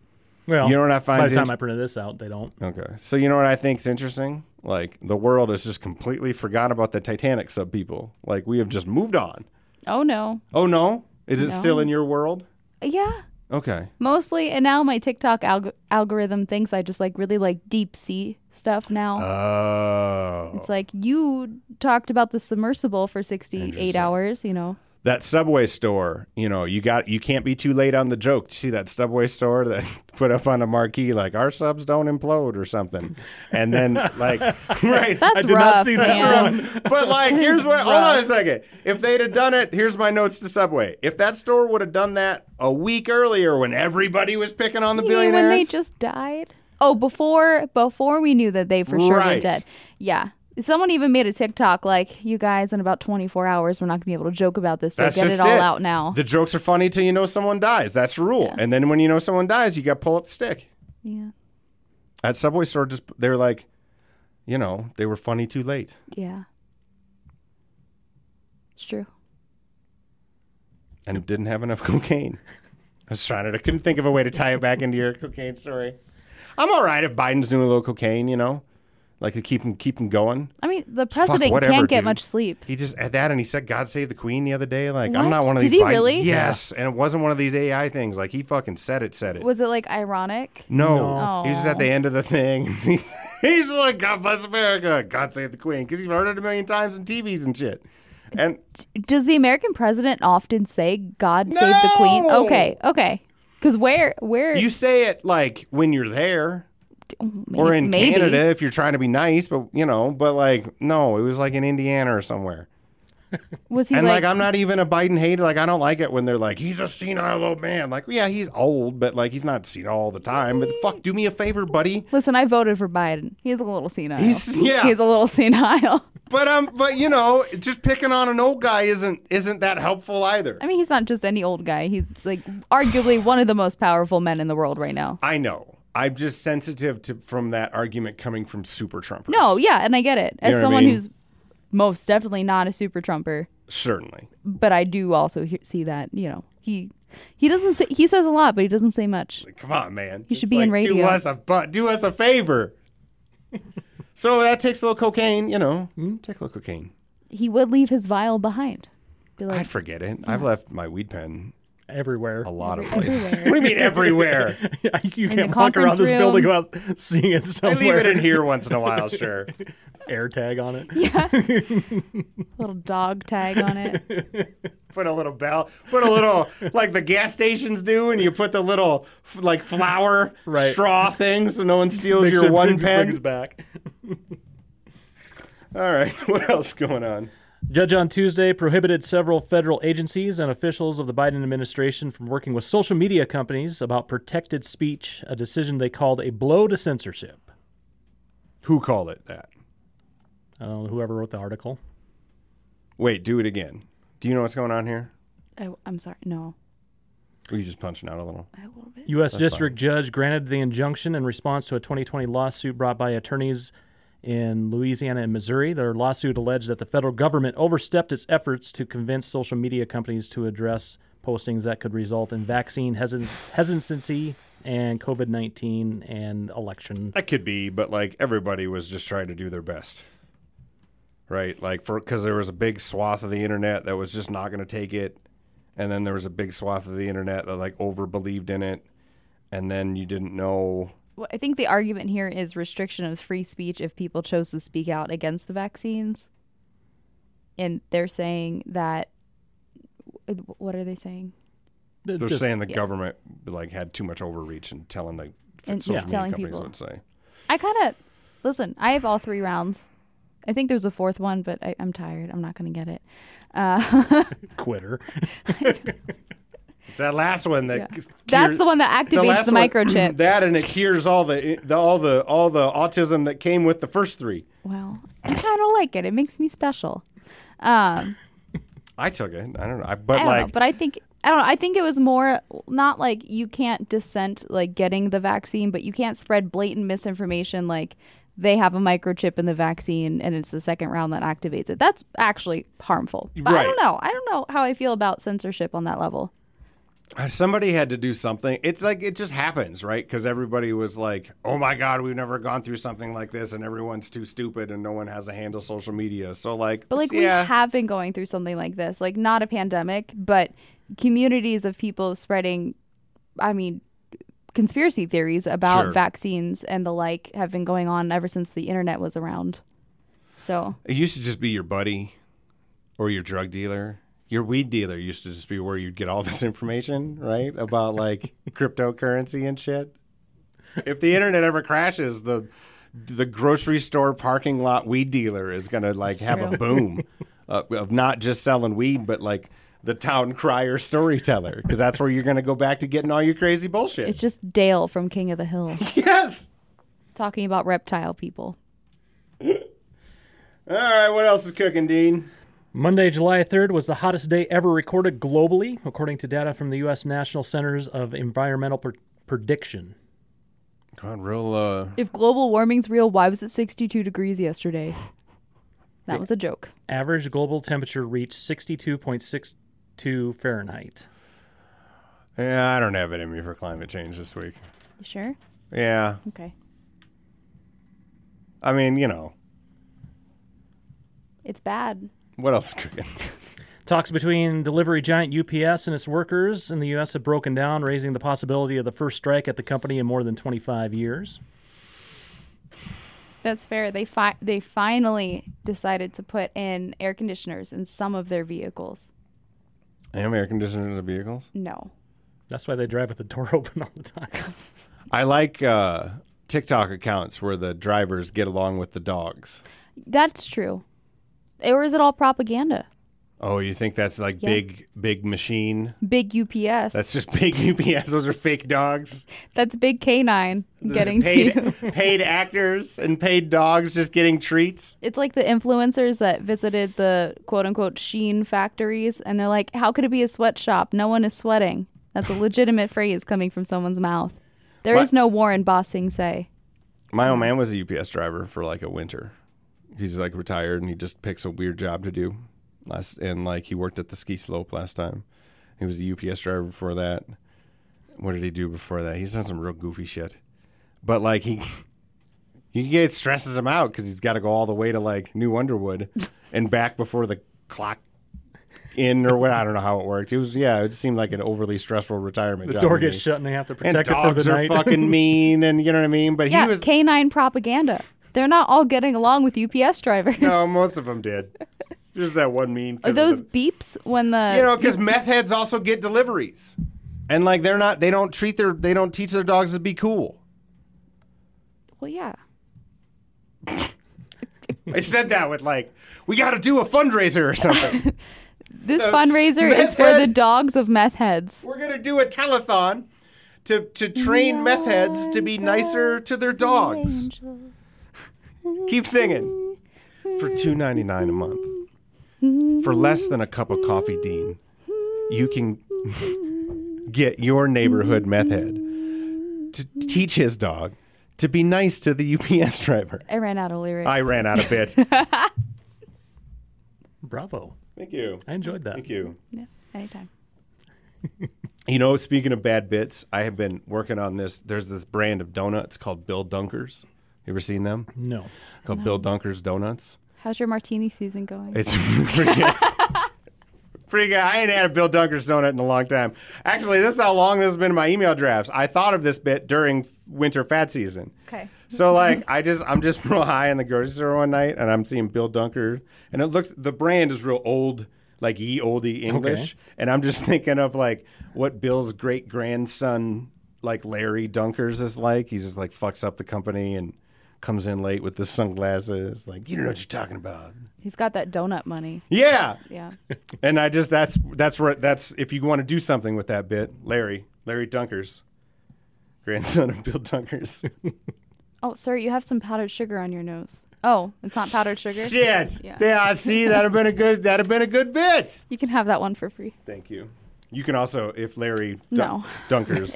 Speaker 4: Well,
Speaker 2: You know what I
Speaker 4: By
Speaker 2: find
Speaker 4: the time
Speaker 2: int-
Speaker 4: I printed this out, they don't.
Speaker 2: Okay. So you know what I think is interesting? Like the world has just completely forgot about the Titanic sub people. Like we have just moved on.
Speaker 3: Oh no.
Speaker 2: Oh no? Is it
Speaker 3: No.
Speaker 2: still in your world?
Speaker 3: Yeah.
Speaker 2: Okay.
Speaker 3: mostly. And now my TikTok alg- algorithm thinks I just like really like deep sea stuff now.
Speaker 2: Oh.
Speaker 3: it's like you talked about the submersible for 68
Speaker 2: Interesting.
Speaker 3: hours, you know.
Speaker 2: That Subway store, you know, you got you can't be too late on the joke. You see that Subway store that put up on a marquee like our subs don't implode or something. And then like right.
Speaker 3: That's
Speaker 4: I did
Speaker 3: rough.
Speaker 4: not see that
Speaker 3: man.
Speaker 4: one.
Speaker 2: But like, here's what. Hold on a second. If they'd have done it, here's my notes to Subway. If that store would have done that a week earlier, when everybody was picking on the
Speaker 3: You mean when
Speaker 2: billionaires,
Speaker 3: they just died? Oh, before before we knew that they for sure were
Speaker 2: Right.
Speaker 3: dead. Yeah. Someone even made a TikTok like, "You guys, in about 24 hours, we're not gonna be able to joke about this. So
Speaker 2: That's
Speaker 3: get
Speaker 2: just
Speaker 3: it all out now."
Speaker 2: The jokes are funny till you know someone dies. That's the rule. And then when you know someone dies, you got to pull up the stick.
Speaker 3: yeah,
Speaker 2: At Subway store, just they were like, you know, they were funny too late.
Speaker 3: yeah, it's true.
Speaker 2: and didn't have enough cocaine. I was trying to, I couldn't think of a way to tie it back into your cocaine story. I'm all right if Biden's doing a little cocaine, you know, like to keep him keep him going.
Speaker 3: I mean, the president
Speaker 2: whatever,
Speaker 3: can't get
Speaker 2: dude.
Speaker 3: much sleep.
Speaker 2: He just at that, and he said, "God save the Queen" the other day. Like
Speaker 3: What?
Speaker 2: I'm not one of
Speaker 3: Did
Speaker 2: these.
Speaker 3: he
Speaker 2: Biden-
Speaker 3: really?
Speaker 2: Yes, and it wasn't one of these AI things. Like he fucking said it, said it.
Speaker 3: Was it like ironic?
Speaker 2: no,
Speaker 4: No.
Speaker 2: he was just at the end of the thing. he's, he's like, "God bless America, God save the Queen," because you've heard it a million times in TVs and shit. And
Speaker 3: Does the American president often say "God save the Queen"?
Speaker 2: No!
Speaker 3: Okay, okay. Because where where
Speaker 2: you say it like when you're there.
Speaker 3: may-
Speaker 2: or in
Speaker 3: maybe.
Speaker 2: Canada if you're trying to be nice, but you know, but like no, it was like in Indiana or somewhere.
Speaker 3: was he
Speaker 2: and like,
Speaker 3: like
Speaker 2: I'm not even a Biden hater. Like I don't like it when they're like he's a senile old man. Like yeah, he's old, but like he's not senile all the time. But fuck, do me a favor, buddy.
Speaker 3: Listen, I voted for Biden. He's a little senile.
Speaker 2: He's- yeah.
Speaker 3: He's a little senile.
Speaker 2: But um, but you know, just picking on an old guy isn't isn't that helpful either.
Speaker 3: I mean, he's not just any old guy. He's like arguably one of the most powerful men in the world right now.
Speaker 2: I know. I'm just sensitive to from that argument coming from super Trumpers.
Speaker 3: No, yeah, and I get it. As
Speaker 2: know what I
Speaker 3: someone
Speaker 2: mean?
Speaker 3: who's most definitely not a super trumper,
Speaker 2: certainly.
Speaker 3: but I do also he- see that, you know, he he doesn't say, he says a lot, but he doesn't say much.
Speaker 2: Come on, man.
Speaker 3: He should be in
Speaker 2: Do
Speaker 3: radio.
Speaker 2: us a bu- do us a favor. so that takes a little cocaine, you know.
Speaker 3: Hmm?
Speaker 2: Take a little cocaine.
Speaker 3: He would leave his vial behind. Be like,
Speaker 2: I'd forget it. I've left my weed pen
Speaker 4: everywhere.
Speaker 2: a lot of places. what do you mean everywhere?
Speaker 4: you can't walk
Speaker 3: conference
Speaker 4: around this
Speaker 3: room.
Speaker 4: building without seeing it
Speaker 2: I
Speaker 4: somewhere.
Speaker 2: leave it in here once in a while, sure.
Speaker 4: Air tag on it.
Speaker 3: little dog tag on it.
Speaker 2: Put a little bell, put a little like the gas stations do, and you put the little f- like flour
Speaker 4: Right.
Speaker 2: straw thing so no one steals
Speaker 4: Makes
Speaker 2: your
Speaker 4: it-
Speaker 2: one
Speaker 4: brings- brings
Speaker 2: pen.
Speaker 4: back.
Speaker 2: All right, what else going on?
Speaker 4: Judge on Tuesday prohibited several federal agencies and officials of the Biden administration from working with social media companies about protected speech, a decision they called a blow to censorship.
Speaker 2: Who called it that?
Speaker 4: I don't know whoever wrote the article.
Speaker 2: Wait, do it again. Do you know what's going on here?
Speaker 3: I, I'm sorry. No.
Speaker 2: Were you just punching out a little?
Speaker 3: I will be.
Speaker 4: U.S. District Judge granted the injunction in response to a 2020 lawsuit brought by attorneys in Louisiana and Missouri. Their lawsuit alleged that the federal government overstepped its efforts to convince social media companies to address postings that could result in vaccine hesit- hesitancy and COVID 19 and election.
Speaker 2: That could be, but like everybody was just trying to do their best. Right? Like for cuz there was a big swath of the internet that was just not going to take it and then there was a big swath of the internet that like overbelieved in it and then you didn't know
Speaker 3: Well, I think the argument here is restriction of free speech if people chose to speak out against the vaccines. And they're saying that. What are they saying?
Speaker 2: they're saying the government like had too much overreach and telling the
Speaker 3: And
Speaker 2: social media
Speaker 3: telling
Speaker 2: companies
Speaker 3: people.
Speaker 2: what to say.
Speaker 3: I kind of. Listen, I have all three rounds. I think there's a fourth one, but I, I'm tired. I'm not going to get it.
Speaker 4: quitter.
Speaker 2: It's that last one that
Speaker 3: Yeah. That's the one that activates the, microchip.
Speaker 2: that and it cures all the, the all the all the autism that came with the first three.
Speaker 3: well, I kind of like it. It makes me special. Um,
Speaker 2: I took it. I don't know. I, but
Speaker 3: I don't
Speaker 2: like
Speaker 3: know, but I think I don't know. I think it was more not like you can't dissent like getting the vaccine, but you can't spread blatant misinformation like they have a microchip in the vaccine and it's the second round that activates it. That's actually harmful. But I
Speaker 2: Right.
Speaker 3: don't know. I don't know how I feel about censorship on that level.
Speaker 2: Uh, Somebody had to do something. It's like it just happens, right? Because everybody was like, "Oh my God, we've never gone through something like this," and everyone's too stupid, and no one has a handle social media. So like,
Speaker 3: But like
Speaker 2: yeah,
Speaker 3: we have been going through something like this, like not a pandemic, but communities of people spreading I mean, conspiracy theories about
Speaker 2: Sure.
Speaker 3: vaccines and the like have been going on ever since the internet was around. So
Speaker 2: It used to just be your buddy or your drug dealer. Your weed dealer used to just be where you'd get all this information, right? About like cryptocurrency and shit. If the internet ever crashes, the the grocery store parking lot weed dealer is going to like have a
Speaker 3: true.
Speaker 2: boom uh, of not just selling weed, but like the town crier storyteller, because that's where you're going to go back to getting all your crazy bullshit.
Speaker 3: it's just Dale from King of the Hill
Speaker 2: yes.
Speaker 3: talking about reptile people.
Speaker 2: All right. What else is cooking, Dean?
Speaker 4: Monday, July 3rd was the hottest day ever recorded globally, according to data from the U.S. National Centers of Environmental Pre- Prediction.
Speaker 2: God, real uh,
Speaker 3: If global warming's real, why was it 62 degrees yesterday? That was a joke.
Speaker 4: Average global temperature reached 62.62 Fahrenheit.
Speaker 2: Yeah, I don't have it in me for climate change this week.
Speaker 3: You sure?
Speaker 2: Yeah.
Speaker 3: Okay.
Speaker 2: I mean, you know,
Speaker 3: It's bad.
Speaker 2: what else is cooking?
Speaker 4: Talks between delivery giant UPS and its workers in the U.S. have broken down, raising the possibility of the first strike at the company in more than 25 years.
Speaker 3: That's fair. They fi- they finally decided to put in air conditioners in some of their vehicles.
Speaker 2: Am air conditioners of vehicles?
Speaker 3: No.
Speaker 4: That's why they drive with the door open all the time.
Speaker 2: I like uh, TikTok accounts where the drivers get along with the dogs.
Speaker 3: That's true. Or is it all propaganda?
Speaker 2: Oh, you think that's like
Speaker 3: Yeah.
Speaker 2: big, big machine?
Speaker 3: Big UPS.
Speaker 2: That's just big UPS. Those are fake dogs.
Speaker 3: That's big canine
Speaker 2: Those are
Speaker 3: getting to
Speaker 2: paid,
Speaker 3: you.
Speaker 2: paid actors and paid dogs just getting treats.
Speaker 3: It's like the influencers that visited the quote unquote sheen factories and they're like, how could it be a sweatshop? No one is sweating. That's a legitimate phrase coming from someone's mouth. There is
Speaker 2: My-
Speaker 3: no Warren bossing say.
Speaker 2: My
Speaker 4: Mm-hmm.
Speaker 2: old man was a UPS driver for like a winter. He's like retired and he just picks a weird job to do. Last and like he worked at the ski slope last time. He was a UPS driver before that. What did he do before that? He's done some real goofy shit. But like he he gets stresses him out because he's got to go all the way to like New Underwood and back before the clock in or what I don't know how it worked. It was yeah, it just seemed like an overly stressful retirement.
Speaker 4: the
Speaker 2: job
Speaker 4: door
Speaker 2: to me.
Speaker 4: gets shut and they have to
Speaker 2: and
Speaker 4: protect it for
Speaker 2: dogs
Speaker 4: the
Speaker 2: are
Speaker 4: night.
Speaker 2: fucking mean and you know what I mean. But
Speaker 3: Yeah,
Speaker 2: he was
Speaker 3: canine propaganda. They're not all getting along with UPS drivers.
Speaker 2: No, most of them did. Just that one mean. 'cause
Speaker 3: Are
Speaker 2: of
Speaker 3: those uh,
Speaker 2: the-
Speaker 3: beeps when the
Speaker 2: you know, because meth heads also get deliveries, and like they're not, they don't treat their, they don't teach their dogs to be cool.
Speaker 3: Well, yeah.
Speaker 2: I said that with like, we got to do a fundraiser or something.
Speaker 3: This
Speaker 2: Uh,
Speaker 3: fundraiser
Speaker 2: meth
Speaker 3: is for the
Speaker 2: head-
Speaker 3: dogs of meth heads.
Speaker 2: We're gonna do a telethon to to train meth heads to be nicer to their dogs. Keep singing for two ninety nine a month. For less than a cup of coffee, Dean, you can get your neighborhood meth head to teach his dog to be nice to the UPS driver.
Speaker 3: I ran out of lyrics.
Speaker 2: I ran out of bits.
Speaker 4: Bravo.
Speaker 2: Thank you.
Speaker 4: I enjoyed that.
Speaker 2: Thank you.
Speaker 3: Yeah, anytime.
Speaker 2: You know, speaking of bad bits, I have been working on this. There's this brand of donuts called Bill Dunkers. You ever seen them?
Speaker 4: No.
Speaker 2: Called Bill Dunkers Donuts.
Speaker 3: How's your martini season going?
Speaker 2: It's pretty good. pretty good. I ain't had a Bill Dunker's donut in a long time. Actually, this is how long this has been in my email drafts. I thought of this bit during f- winter fat season.
Speaker 3: Okay.
Speaker 2: So like I just I'm just real high in the grocery store one night and I'm seeing Bill Dunker and it looks the brand is real old like ye oldie English and I'm just thinking of like what Bill's great grandson like Larry Dunkers is like he just like fucks up the company and comes in late with the sunglasses like you don't know what you're talking about
Speaker 3: He's got that donut money.
Speaker 2: yeah
Speaker 3: Yeah.
Speaker 2: and I just that's that's where that's if you want to do something with that bit, Larry, Larry Dunkers, grandson of Bill Dunkers.
Speaker 3: Oh, sir, you have some powdered sugar on your nose. Oh, it's not powdered sugar.
Speaker 2: Shit.
Speaker 3: Yeah.
Speaker 2: Yeah. see, that'd have been a good that'd have been a good bit.
Speaker 3: You can have that one for free.
Speaker 2: Thank you. You can also if Larry Dun-
Speaker 3: No.
Speaker 2: Dunkers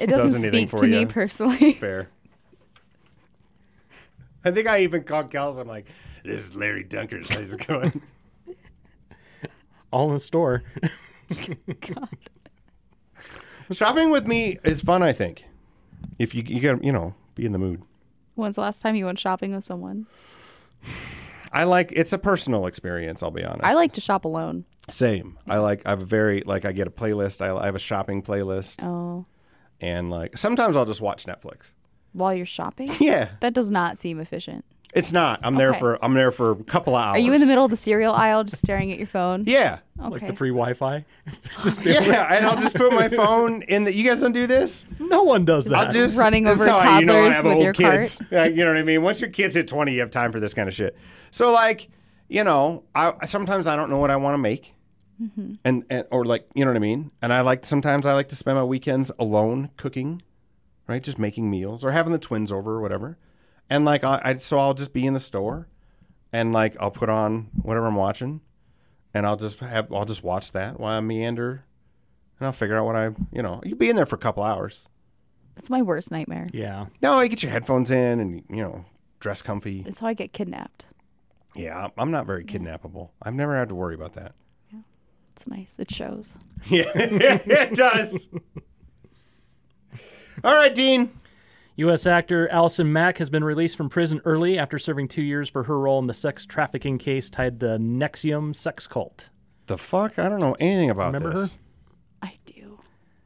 Speaker 3: It doesn't
Speaker 2: does anything
Speaker 3: speak
Speaker 2: for
Speaker 3: to
Speaker 2: you.
Speaker 3: me personally.
Speaker 2: fair. I think I even called Kels. I'm like, this is Larry Dunkers. How's it going?
Speaker 4: All in the store.
Speaker 2: Shopping with me is fun, I think. If you you got you know, be in the mood.
Speaker 3: When's the last time you went shopping with someone?
Speaker 2: I like it's a personal experience, I'll be honest.
Speaker 3: I like to shop alone.
Speaker 2: Same. I like. I have a very like. I get a playlist. I, I have a shopping playlist.
Speaker 3: Oh.
Speaker 2: and like sometimes I'll just watch Netflix.
Speaker 3: while you're shopping?
Speaker 2: Yeah,
Speaker 3: That does not seem efficient.
Speaker 2: it's not. I'm there
Speaker 3: Okay.
Speaker 2: for I'm there for a couple of hours.
Speaker 3: Are you in the middle of the cereal aisle just staring at your phone?
Speaker 2: Yeah.
Speaker 3: Okay.
Speaker 4: Like the free Wi-Fi.
Speaker 2: Yeah, and I'll just put my phone in the. You guys don't do this.
Speaker 4: no one does that.
Speaker 2: I'll just
Speaker 3: running
Speaker 2: that's
Speaker 3: over
Speaker 2: how I- you know I
Speaker 3: toddlers
Speaker 2: have
Speaker 3: with
Speaker 2: old
Speaker 3: your
Speaker 2: kids. Yeah, you know what I mean? Once your kids hit twenty, you have time for this kind of shit. So like, you know, I sometimes I don't know what I want to make,
Speaker 3: Mm-hmm.
Speaker 2: and, and or like, you know what I mean? And I like sometimes I like to spend my weekends alone cooking, right? Just making meals or having the twins over or whatever. And like, I, I so I'll just be in the store, and like I'll put on whatever I'm watching, and I'll just have I'll just watch that while I meander. And I'll figure out what I, you know, you'd be in there for a couple hours.
Speaker 3: That's my worst nightmare.
Speaker 4: yeah.
Speaker 2: No, you get your headphones in and you know dress comfy.
Speaker 3: It's how I get kidnapped.
Speaker 2: Yeah, I'm- I'm not very kidnappable. I've never had to worry about that.
Speaker 3: It's nice. It shows.
Speaker 2: Yeah, it does. All right, Dean.
Speaker 4: U.S. actor Allison Mack has been released from prison early after serving two years for her role in the sex trafficking case tied to Nexium sex cult.
Speaker 2: The fuck? I don't know anything about
Speaker 4: Remember
Speaker 2: this.
Speaker 3: I do.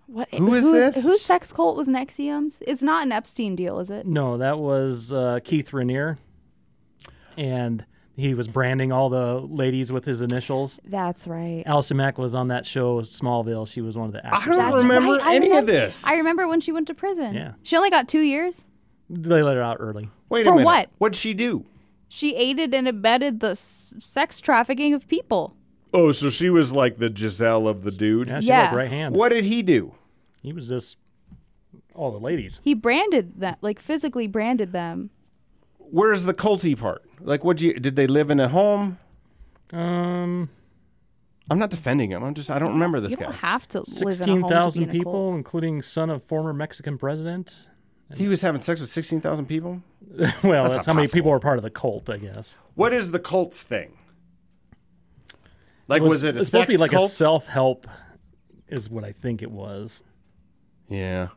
Speaker 3: What?
Speaker 2: Who is
Speaker 3: who's-
Speaker 2: this?
Speaker 3: Whose sex cult was Nexium's? It's not an Epstein deal, is it?
Speaker 4: No, that was uh, Keith Rainier, and he was branding all the ladies with his initials.
Speaker 3: That's right.
Speaker 4: Allison Mack was on that show Smallville. She was one of the
Speaker 2: I
Speaker 4: actors.
Speaker 2: don't
Speaker 3: That's
Speaker 2: remember
Speaker 3: right. I
Speaker 2: any of
Speaker 3: remember-
Speaker 2: this.
Speaker 3: I remember when she went to prison.
Speaker 4: Yeah.
Speaker 3: She only got two years.
Speaker 4: They let her out early.
Speaker 2: Wait a
Speaker 3: For
Speaker 2: minute.
Speaker 3: what?
Speaker 2: What'd she do?
Speaker 3: She aided and abetted the s- sex trafficking of people.
Speaker 2: Oh, so she was like the Giselle of the dude.
Speaker 4: Yeah, she
Speaker 3: Yeah.
Speaker 4: like right hand.
Speaker 2: What did he do?
Speaker 4: He was just all the ladies.
Speaker 3: He branded them, like physically branded them.
Speaker 2: Where's the culty part? Like, what you did? They live in a home.
Speaker 4: Um,
Speaker 2: I'm not defending him. I'm just I don't remember this
Speaker 3: You
Speaker 2: guy.
Speaker 3: don't have to live in a
Speaker 4: sixteen
Speaker 3: home to be
Speaker 4: thousand
Speaker 3: in a cult.
Speaker 4: people, including son of former Mexican president.
Speaker 2: he was having sex with sixteen thousand people.
Speaker 4: Well,
Speaker 2: That's
Speaker 4: that's,
Speaker 2: not
Speaker 4: how many
Speaker 2: possible.
Speaker 4: people are part of the cult, I guess.
Speaker 2: What is the cults thing? Like, was, it a
Speaker 4: it's supposed to be
Speaker 2: sex
Speaker 4: like
Speaker 2: cult?
Speaker 4: a self-help? Is what I think it was.
Speaker 2: yeah.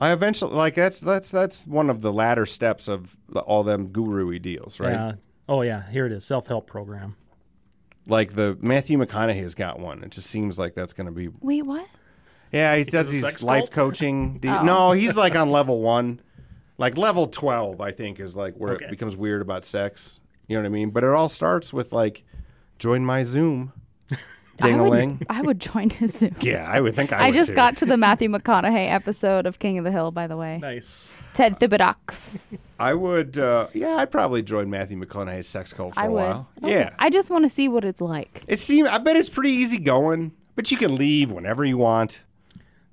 Speaker 2: I eventually like that's that's that's one of the latter steps of the, all them guru-y deals, right?
Speaker 4: Yeah. Oh yeah, here it is. Self-help program.
Speaker 2: Like the Matthew McConaughey's got one. It just seems like that's going to be.
Speaker 3: Wait, what?
Speaker 2: Yeah, he does these
Speaker 4: sex
Speaker 2: life
Speaker 4: cult?
Speaker 2: coaching. De- No, he's like on level one, like level twelve. I think is like where it
Speaker 4: Okay.
Speaker 2: becomes weird about sex. You know what I mean? But it all starts with like, join my Zoom, ding
Speaker 3: I
Speaker 2: a
Speaker 3: would,
Speaker 2: ling.
Speaker 3: I would join his Zoom.
Speaker 2: Yeah, I would think I.
Speaker 3: I
Speaker 2: would
Speaker 3: just
Speaker 2: too.
Speaker 3: got to the Matthew McConaughey episode of King of the Hill, by the way.
Speaker 4: Nice.
Speaker 3: Ted Thibodeaux.
Speaker 2: I would, uh, yeah, I'd probably join Matthew McConaughey's sex cult for
Speaker 3: I
Speaker 2: a
Speaker 3: would. Oh.
Speaker 2: while. Yeah,
Speaker 3: I just want to see what it's like.
Speaker 2: it seems. I bet it's pretty easy going, but you can leave whenever you want.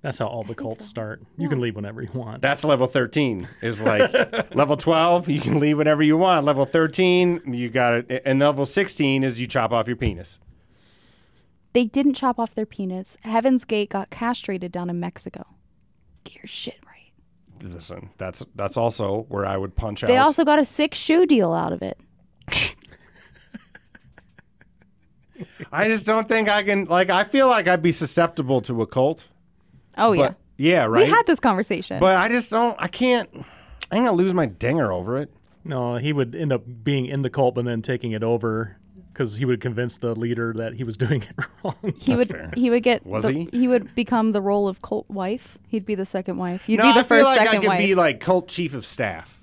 Speaker 4: That's how all the cults start. You can leave whenever you want.
Speaker 2: That's level thirteen. Is like level twelve, you can leave whenever you want. Level thirteen, you got it, and level sixteen is you chop off your penis.
Speaker 3: They didn't chop off their penis. Heaven's Gate got castrated down in Mexico. Get your shit right.
Speaker 2: Listen, that's that's also where I would punch
Speaker 3: They
Speaker 2: out.
Speaker 3: also got a six shoe deal out of it.
Speaker 2: I just don't think I can. Like, I feel like I'd be susceptible to a cult.
Speaker 3: Oh yeah,
Speaker 2: But yeah, right.
Speaker 3: we had this conversation.
Speaker 2: but I just don't. I can't. I ain't gonna lose my dinger over it.
Speaker 4: No, he would end up being in the cult and then taking it over because he would convince the leader that he was doing it wrong.
Speaker 3: he would
Speaker 2: fair.
Speaker 3: he would get
Speaker 2: Was
Speaker 3: the-
Speaker 2: he?
Speaker 3: would become the role of cult wife. He'd be the second wife. You'd
Speaker 2: no,
Speaker 3: be the
Speaker 2: I
Speaker 3: first
Speaker 2: feel like
Speaker 3: second
Speaker 2: I could
Speaker 3: wife.
Speaker 2: be like cult chief of staff.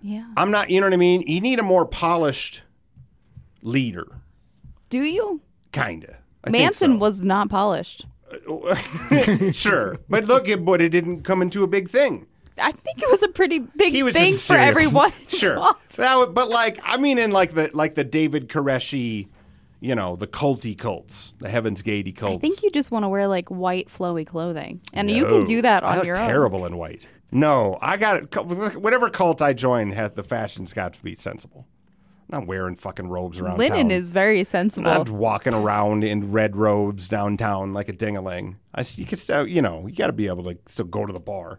Speaker 3: yeah.
Speaker 2: I'm not, you know what I mean? You need a more polished leader,
Speaker 3: Do you?
Speaker 2: kind of.
Speaker 3: Manson was not polished.
Speaker 2: was sure, but look at but it didn't come into a big thing.
Speaker 3: I think it was a pretty big
Speaker 2: He was
Speaker 3: thing
Speaker 2: just
Speaker 3: for
Speaker 2: serial-
Speaker 3: everyone.
Speaker 2: sure,
Speaker 3: involved.
Speaker 2: that would, but like I mean, in like the like the David Koreshi, you know, the culty cults, the Heaven's Gatey cults.
Speaker 3: I think you just want to wear like white flowy clothing, and you can do that on
Speaker 2: I look
Speaker 3: your own.
Speaker 2: Terrible in white. No, I got it. Whatever cult I join, has the fashion's got to be sensible. I'm not wearing fucking robes around
Speaker 3: Linen
Speaker 2: town.
Speaker 3: is very sensible.
Speaker 2: not walking around in red robes downtown like a dingaling. I s- you could still, you know, you got to be able to still go to the bar.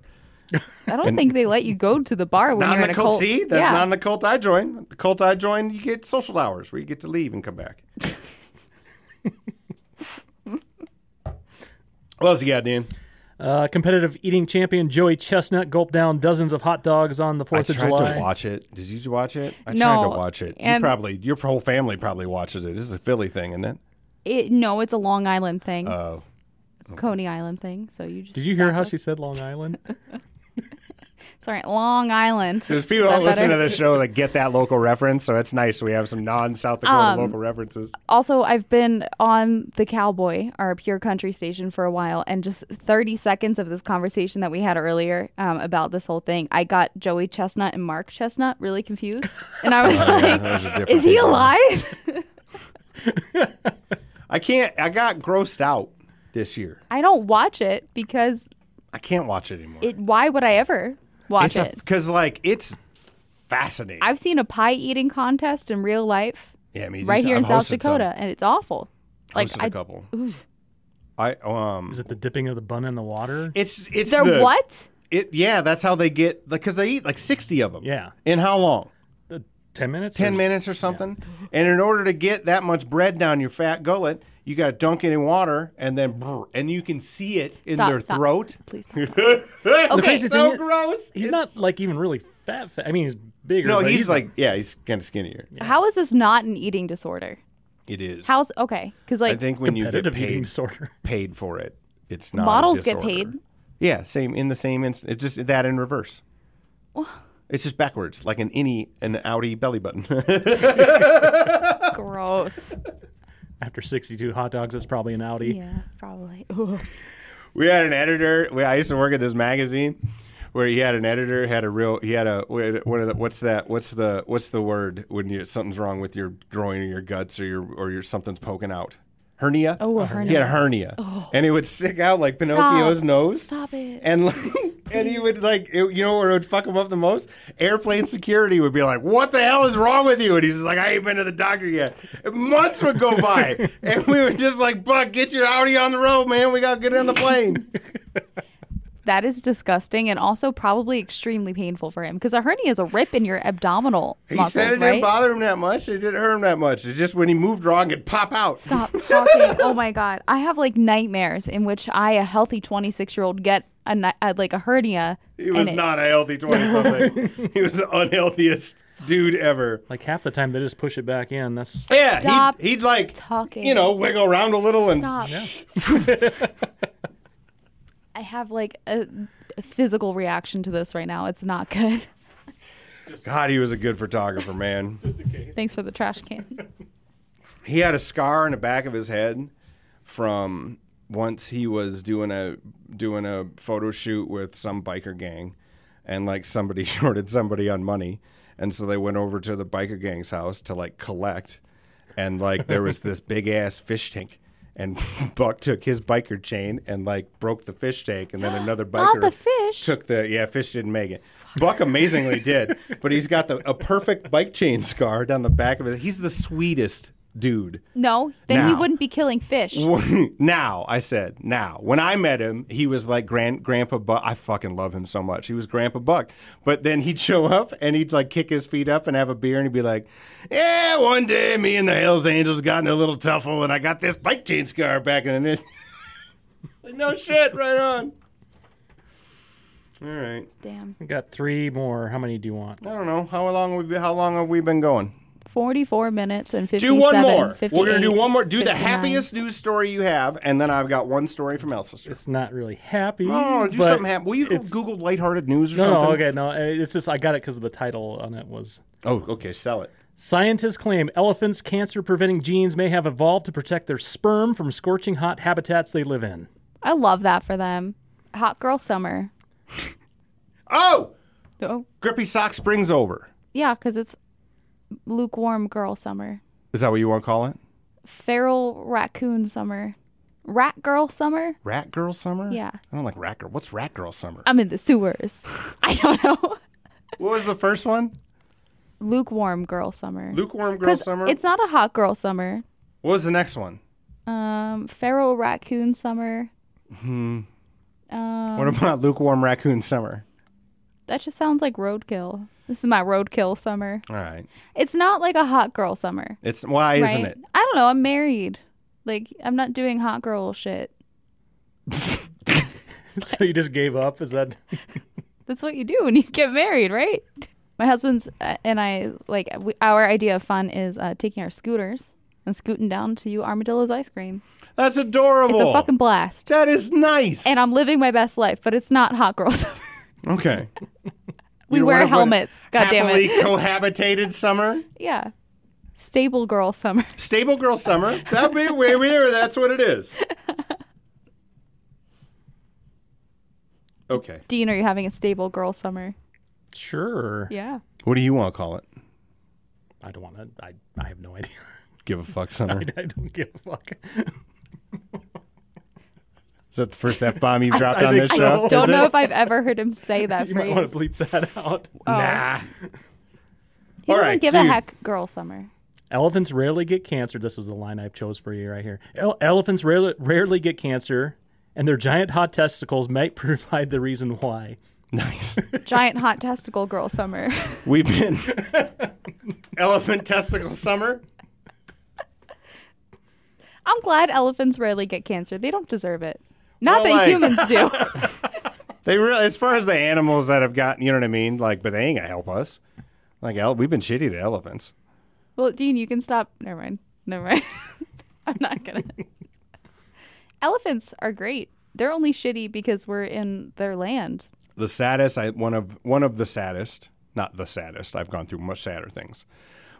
Speaker 3: I don't think they let you go to the bar when
Speaker 2: Not
Speaker 3: you're
Speaker 2: in
Speaker 3: in
Speaker 2: the
Speaker 3: a
Speaker 2: cult.
Speaker 3: cult.
Speaker 2: See, that's
Speaker 3: yeah.
Speaker 2: not in the cult I joined. The cult I joined, you get social hours where you get to leave and come back. what else you got, Dan?
Speaker 4: Uh, competitive eating champion Joey Chestnut gulped down dozens of hot dogs on the
Speaker 2: I
Speaker 4: 4th of
Speaker 2: tried
Speaker 4: July.
Speaker 2: to watch it. Did you watch it? I tried to
Speaker 3: No,
Speaker 2: watch it. You
Speaker 3: and-
Speaker 2: probably your whole family probably watches it. This is a Philly thing, isn't it?
Speaker 3: It- no, it's a Long Island thing.
Speaker 2: Oh,
Speaker 3: Coney Island thing. So you just
Speaker 4: Did you hear
Speaker 3: that
Speaker 4: how
Speaker 3: was-
Speaker 4: she said Long Island?
Speaker 3: Sorry, Long Island.
Speaker 2: There's people
Speaker 3: Is
Speaker 2: that
Speaker 3: that
Speaker 2: listen to
Speaker 3: better?
Speaker 2: the show that get that local reference, so it's nice. We have some non-South Dakota
Speaker 3: Um,
Speaker 2: local references.
Speaker 3: also I've been on the Cowboy, our pure country station for a while, and just 30 seconds of this conversation that we had earlier um, about this whole thing, I got Joey Chestnut and Mark Chestnut really confused, and I was like,
Speaker 2: those are Oh, different
Speaker 3: "Is he
Speaker 2: people.
Speaker 3: alive?"
Speaker 2: I can't. I got grossed out this year.
Speaker 3: I don't watch it because
Speaker 2: I can't watch it anymore.
Speaker 3: it. Why would I ever watch it?
Speaker 2: because like it's fascinating.
Speaker 3: I've seen a pie eating contest in real life
Speaker 2: yeah, I mean,
Speaker 3: right
Speaker 2: just-
Speaker 3: here in
Speaker 2: I've
Speaker 3: South
Speaker 2: hosted
Speaker 3: Dakota, and it's awful.
Speaker 2: Some,
Speaker 3: Like
Speaker 2: hosted a
Speaker 3: I,
Speaker 2: couple. I um,
Speaker 4: Is it the dipping of the bun in the water?
Speaker 2: it's it's
Speaker 3: they're
Speaker 2: the,
Speaker 3: what?
Speaker 2: It yeah, that's how they get because they eat like sixty of them.
Speaker 4: Yeah.
Speaker 2: in how long?
Speaker 4: Uh, Ten minutes.
Speaker 2: Ten
Speaker 4: or-
Speaker 2: minutes or something. And in order to get that much bread down your fat gullet, you got to dunk it in water and then brr, and you can see it in
Speaker 3: Stop,
Speaker 2: their
Speaker 3: stop.
Speaker 2: throat.
Speaker 3: Please. stop.
Speaker 4: Okay,
Speaker 3: okay,
Speaker 4: so-
Speaker 2: So
Speaker 4: Thing-
Speaker 2: gross.
Speaker 4: He's
Speaker 2: It's-
Speaker 4: not like even really fat. fat. I mean, he's bigger.
Speaker 2: No,
Speaker 4: but
Speaker 2: he's like yeah, he's kind of skinnier.
Speaker 3: how is this not an eating disorder?
Speaker 2: It is.
Speaker 3: How's okay? Because
Speaker 2: I
Speaker 3: like
Speaker 2: think when you get
Speaker 4: competitive eating
Speaker 2: paid
Speaker 4: disorder.
Speaker 2: paid for it, it's not a
Speaker 3: Models get
Speaker 2: disorder.
Speaker 3: paid.
Speaker 2: Yeah, same in the same instant. It's just that in reverse. It's just backwards, like an innie, an outie belly button.
Speaker 3: gross.
Speaker 4: After 62 hot dogs, it's probably an Audi.
Speaker 3: yeah, probably.
Speaker 2: we had an editor. We, I used to work at this magazine where he had an editor had a real he had a one of the what's that what's the what's the word when you something's wrong with your groin or your guts or your or your something's poking out hernia.
Speaker 3: Oh, a
Speaker 2: He had a
Speaker 3: hernia. Oh.
Speaker 2: hernia, and it would stick out like Pinocchio's
Speaker 3: Stop.
Speaker 2: nose.
Speaker 3: Stop it.
Speaker 2: And like, and he would like it, you know where it would fuck him up the most. Airplane security would be like, "What the hell is wrong with you?" And he's like, "I ain't been to the doctor yet." And months would go by, and we would just like, "Buck, get your Audi on the road, man. We gotta get on the plane."
Speaker 3: That is disgusting and also probably extremely painful for him because a hernia is a rip in your abdominal
Speaker 2: He
Speaker 3: muscles,
Speaker 2: said it
Speaker 3: right?
Speaker 2: didn't bother him that much. It didn't hurt him that much. It's just when he moved wrong, it'd pop out.
Speaker 3: Stop talking. oh my god, I have like nightmares in which I, a healthy 26 year old, get a, ni- a like a hernia.
Speaker 2: He was
Speaker 3: and it-
Speaker 2: not a healthy twenty something. he was the unhealthiest dude ever.
Speaker 4: Like half the time, they just push it back in. That's
Speaker 2: Yeah,
Speaker 3: Stop
Speaker 2: he'd, he'd like
Speaker 3: talking.
Speaker 2: you know wiggle around a little and
Speaker 3: Stop. I have like a, a physical reaction to this right now. It's not good.
Speaker 2: God, he was a good photographer, man.
Speaker 3: Thanks for the trash can.
Speaker 2: he had a scar on the back of his head from once he was doing a doing a photo shoot with some biker gang and like somebody shorted somebody on money and so they went over to the biker gang's house to like collect and like there was this big ass fish tank and Buck took his biker chain and like broke the fish tank, and then another
Speaker 3: Not
Speaker 2: biker
Speaker 3: the fish.
Speaker 2: took the yeah fish didn't make it. Buck amazingly did, but he's got the a perfect bike chain scar down the back of it. He's the sweetest dude.
Speaker 3: No, then he
Speaker 2: Now.
Speaker 3: wouldn't be killing fish.
Speaker 2: now I said now. When I met him, he was like grand grandpa Buck. I fucking love him so much. He was Grandpa Buck, but then he'd show up and he'd like kick his feet up and have a beer and he'd be like, "Yeah, one day me and the Hell's Angels got in a little tuffle and I got this bike chain scar back in this." It's like no shit, right on. All right.
Speaker 3: Damn.
Speaker 4: we got three more. How many do you want?
Speaker 2: I don't know how long we how long have we been going.
Speaker 3: 44 minutes and 57.
Speaker 2: Do one more. We're gonna
Speaker 3: 58,
Speaker 2: do one more. Do the
Speaker 3: 59.
Speaker 2: happiest news story you have, and then I've got one story from Elsa's.
Speaker 4: It's not really happy.
Speaker 2: Oh, do
Speaker 4: but
Speaker 2: something happen. Will you go
Speaker 4: it's-
Speaker 2: Google lighthearted news or
Speaker 4: No,
Speaker 2: something?
Speaker 4: no, okay, no. eh, It's just I got it because of the title on it was.
Speaker 2: Oh, okay. Sell it.
Speaker 4: Scientists claim elephants' cancer-preventing genes may have evolved to protect their sperm from scorching hot habitats they live in.
Speaker 3: I love that for them. Hot girl summer.
Speaker 2: Oh,
Speaker 3: Oh,
Speaker 2: Grippy Sock Springs over.
Speaker 3: yeah, because it's lukewarm girl summer.
Speaker 2: Is that what you want to call it?
Speaker 3: Feral raccoon summer. Rat girl summer?
Speaker 2: Rat Girl Summer?
Speaker 3: Yeah. Uh,
Speaker 2: I don't like Rat Girl. What's Rat Girl Summer?
Speaker 3: I'm in the sewers. I don't know.
Speaker 2: What was the first one?
Speaker 3: Lukewarm girl summer.
Speaker 2: Lukewarm Girl
Speaker 3: 'Cause
Speaker 2: Summer.
Speaker 3: It's not a hot girl summer.
Speaker 2: what was the next one?
Speaker 3: Um, feral raccoon summer. Um,
Speaker 2: what about Lukewarm Raccoon Summer?
Speaker 3: That just sounds like roadkill. This is my roadkill summer.
Speaker 2: All right.
Speaker 3: It's not like a hot girl summer.
Speaker 2: It's why isn't
Speaker 3: right?
Speaker 2: it?
Speaker 3: I don't know. I'm married. Like I'm not doing hot girl shit.
Speaker 4: so you just gave up? Is that?
Speaker 3: That's what you do when you get married, right? My husband's uh, and I like we, our idea of fun is uh, taking our scooters and scooting down to Armadillo's ice cream.
Speaker 2: That's adorable.
Speaker 3: It's a fucking blast.
Speaker 2: that is nice.
Speaker 3: And I'm living my best life, but it's not hot girl summer.
Speaker 2: okay.
Speaker 3: We
Speaker 2: You
Speaker 3: wear
Speaker 2: wanna put
Speaker 3: helmets. God damn
Speaker 2: Happily
Speaker 3: it.
Speaker 2: cohabitated summer.
Speaker 3: Yeah. Stable girl summer.
Speaker 2: Stable girl summer. That be where we are. That's what it is. Okay.
Speaker 3: Dean, are you having a stable girl summer?
Speaker 4: Sure.
Speaker 3: Yeah.
Speaker 2: What do you want to call it?
Speaker 4: I don't want to. I, I have no idea.
Speaker 2: Give a fuck summer.
Speaker 4: I don't give a fuck.
Speaker 2: Is that the first f bomb you've dropped
Speaker 4: I
Speaker 2: on
Speaker 4: think
Speaker 2: this
Speaker 4: so.
Speaker 2: show?
Speaker 3: Don't
Speaker 2: Oh, Is
Speaker 3: know
Speaker 2: it?
Speaker 3: if I've ever heard him say that
Speaker 4: You might want
Speaker 3: phrase.
Speaker 4: to bleep that out.
Speaker 2: Nah.
Speaker 3: Oh. He
Speaker 2: All
Speaker 3: doesn't
Speaker 2: right,
Speaker 3: give a
Speaker 2: dude.
Speaker 3: heck girl summer.
Speaker 4: Elephants rarely get cancer. This was the line I chose for you right here. Ele- elephants rarely, rarely get cancer, and their giant hot testicles might provide the reason why.
Speaker 2: Nice.
Speaker 3: Giant hot testicle girl summer.
Speaker 2: We've been elephant testicle summer.
Speaker 3: I'm glad elephants rarely get cancer. They don't deserve it. Not
Speaker 2: Well,
Speaker 3: that
Speaker 2: like-
Speaker 3: humans do.
Speaker 2: They really, as far as the animals that have gotten, you know what I mean. Like, but they ain't gonna help us. Like, ele- we've been shitty to elephants.
Speaker 3: well, Dean, you can stop. Never mind. Never mind. I'm not gonna. elephants are great. They're only shitty because we're in their land.
Speaker 2: The saddest, I, one of one of the saddest, not the saddest. I've gone through much sadder things,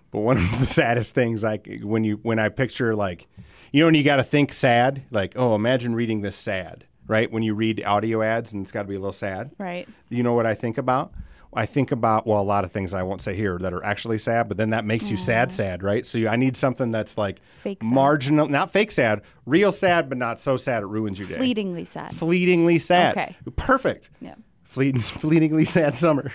Speaker 2: but one of the saddest things, like when you when I picture like, you know, when you got to think sad, like, oh, imagine reading this sad, right? When you read audio ads and it's got to be a little sad,
Speaker 3: Right.
Speaker 2: you know what I think about? I think about well, a lot of things I won't say here that are actually sad, but then that makes you sad, sad, right? So you, I need something that's like
Speaker 3: Mm. Fake sad.
Speaker 2: marginal, not fake sad, real sad, but not so sad it ruins your day.
Speaker 3: Fleetingly sad.
Speaker 2: Fleetingly sad.
Speaker 3: Okay.
Speaker 2: Perfect.
Speaker 3: Yeah.
Speaker 2: Fleet, fleetingly sad summer.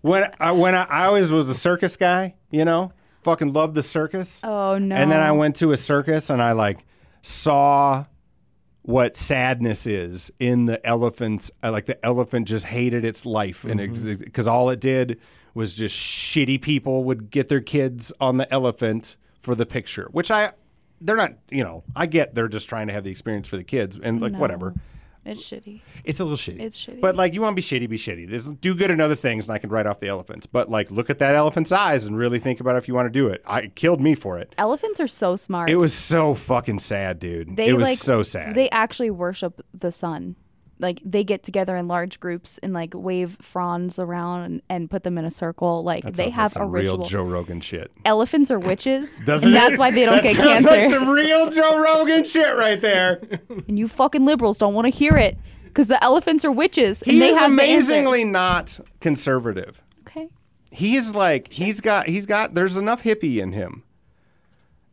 Speaker 2: when I, when I, I always was a circus guy, you know, fucking loved the circus.
Speaker 3: Oh no.
Speaker 2: And then I went to a circus and I like saw what sadness is in the elephants. uh, Like the elephant just hated its life,
Speaker 3: Mm-hmm.
Speaker 2: and because all it did was just shitty people would get their kids on the elephant for the picture, which I they're not. You know, I get they're just trying to have the experience for the kids, and like whatever.
Speaker 3: It's shitty.
Speaker 2: It's a little shitty.
Speaker 3: It's shitty.
Speaker 2: But like, you want to be shitty, be shitty. There's, do good in other things, and I can write off the elephants. But like, look at that elephant's eyes and really think about if you want to do it. I it killed me for it.
Speaker 3: Elephants are so smart.
Speaker 2: It was so fucking sad, dude. it was so sad.
Speaker 3: They actually worship the sun. Like they get together in large groups and like wave fronds around and, and put them in a circle. Like they
Speaker 2: Sounds like
Speaker 3: have
Speaker 2: some
Speaker 3: a
Speaker 2: real
Speaker 3: ritual.
Speaker 2: Joe Rogan shit.
Speaker 3: Elephants are witches,
Speaker 2: Doesn't
Speaker 3: and
Speaker 2: it?
Speaker 3: that's why they don't
Speaker 2: That
Speaker 3: get
Speaker 2: sounds like
Speaker 3: cancer.
Speaker 2: some real Joe Rogan shit right there.
Speaker 3: and you fucking liberals don't want to hear it because the elephants are witches
Speaker 2: He
Speaker 3: and they
Speaker 2: is
Speaker 3: have
Speaker 2: amazingly not conservative.
Speaker 3: The answer. Okay.
Speaker 2: He is like he's got he's got there's enough hippie in him.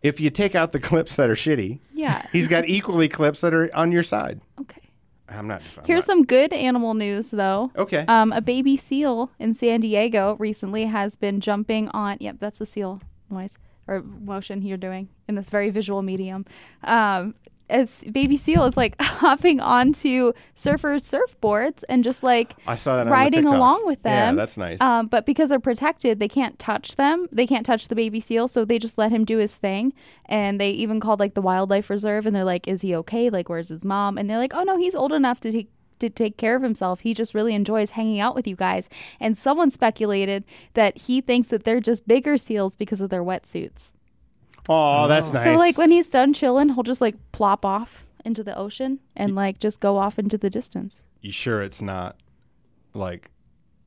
Speaker 2: If you take out the clips that are shitty,
Speaker 3: Yeah.
Speaker 2: he's got equally clips that are on your side.
Speaker 3: Okay.
Speaker 2: I'm not. I'm
Speaker 3: Here's
Speaker 2: not-
Speaker 3: some good animal news, though.
Speaker 2: Okay.
Speaker 3: Um, a baby seal in San Diego recently has been jumping on. Yep, that's the seal noise or motion you're doing in this very visual medium. Um, as baby seal is like hopping onto surfers' surfboards and just like
Speaker 2: I saw that on the
Speaker 3: riding
Speaker 2: TikTok.
Speaker 3: along with
Speaker 2: Yeah,
Speaker 3: them.
Speaker 2: that's nice.
Speaker 3: Um, but because they're protected, they can't touch them. They can't touch the baby seal, so they just let him do his thing. And they even called like the wildlife reserve, and they're like, "Is he okay? Like, where's his mom?" And they're like, "Oh no, he's old enough to take." To take care of himself, he just really enjoys hanging out with you guys. And someone speculated that he thinks that they're just bigger seals because of their wetsuits.
Speaker 2: oh, that's nice.
Speaker 3: So, like when he's done chilling, he'll just like plop off into the ocean and like just go off into the distance.
Speaker 2: you sure it's not like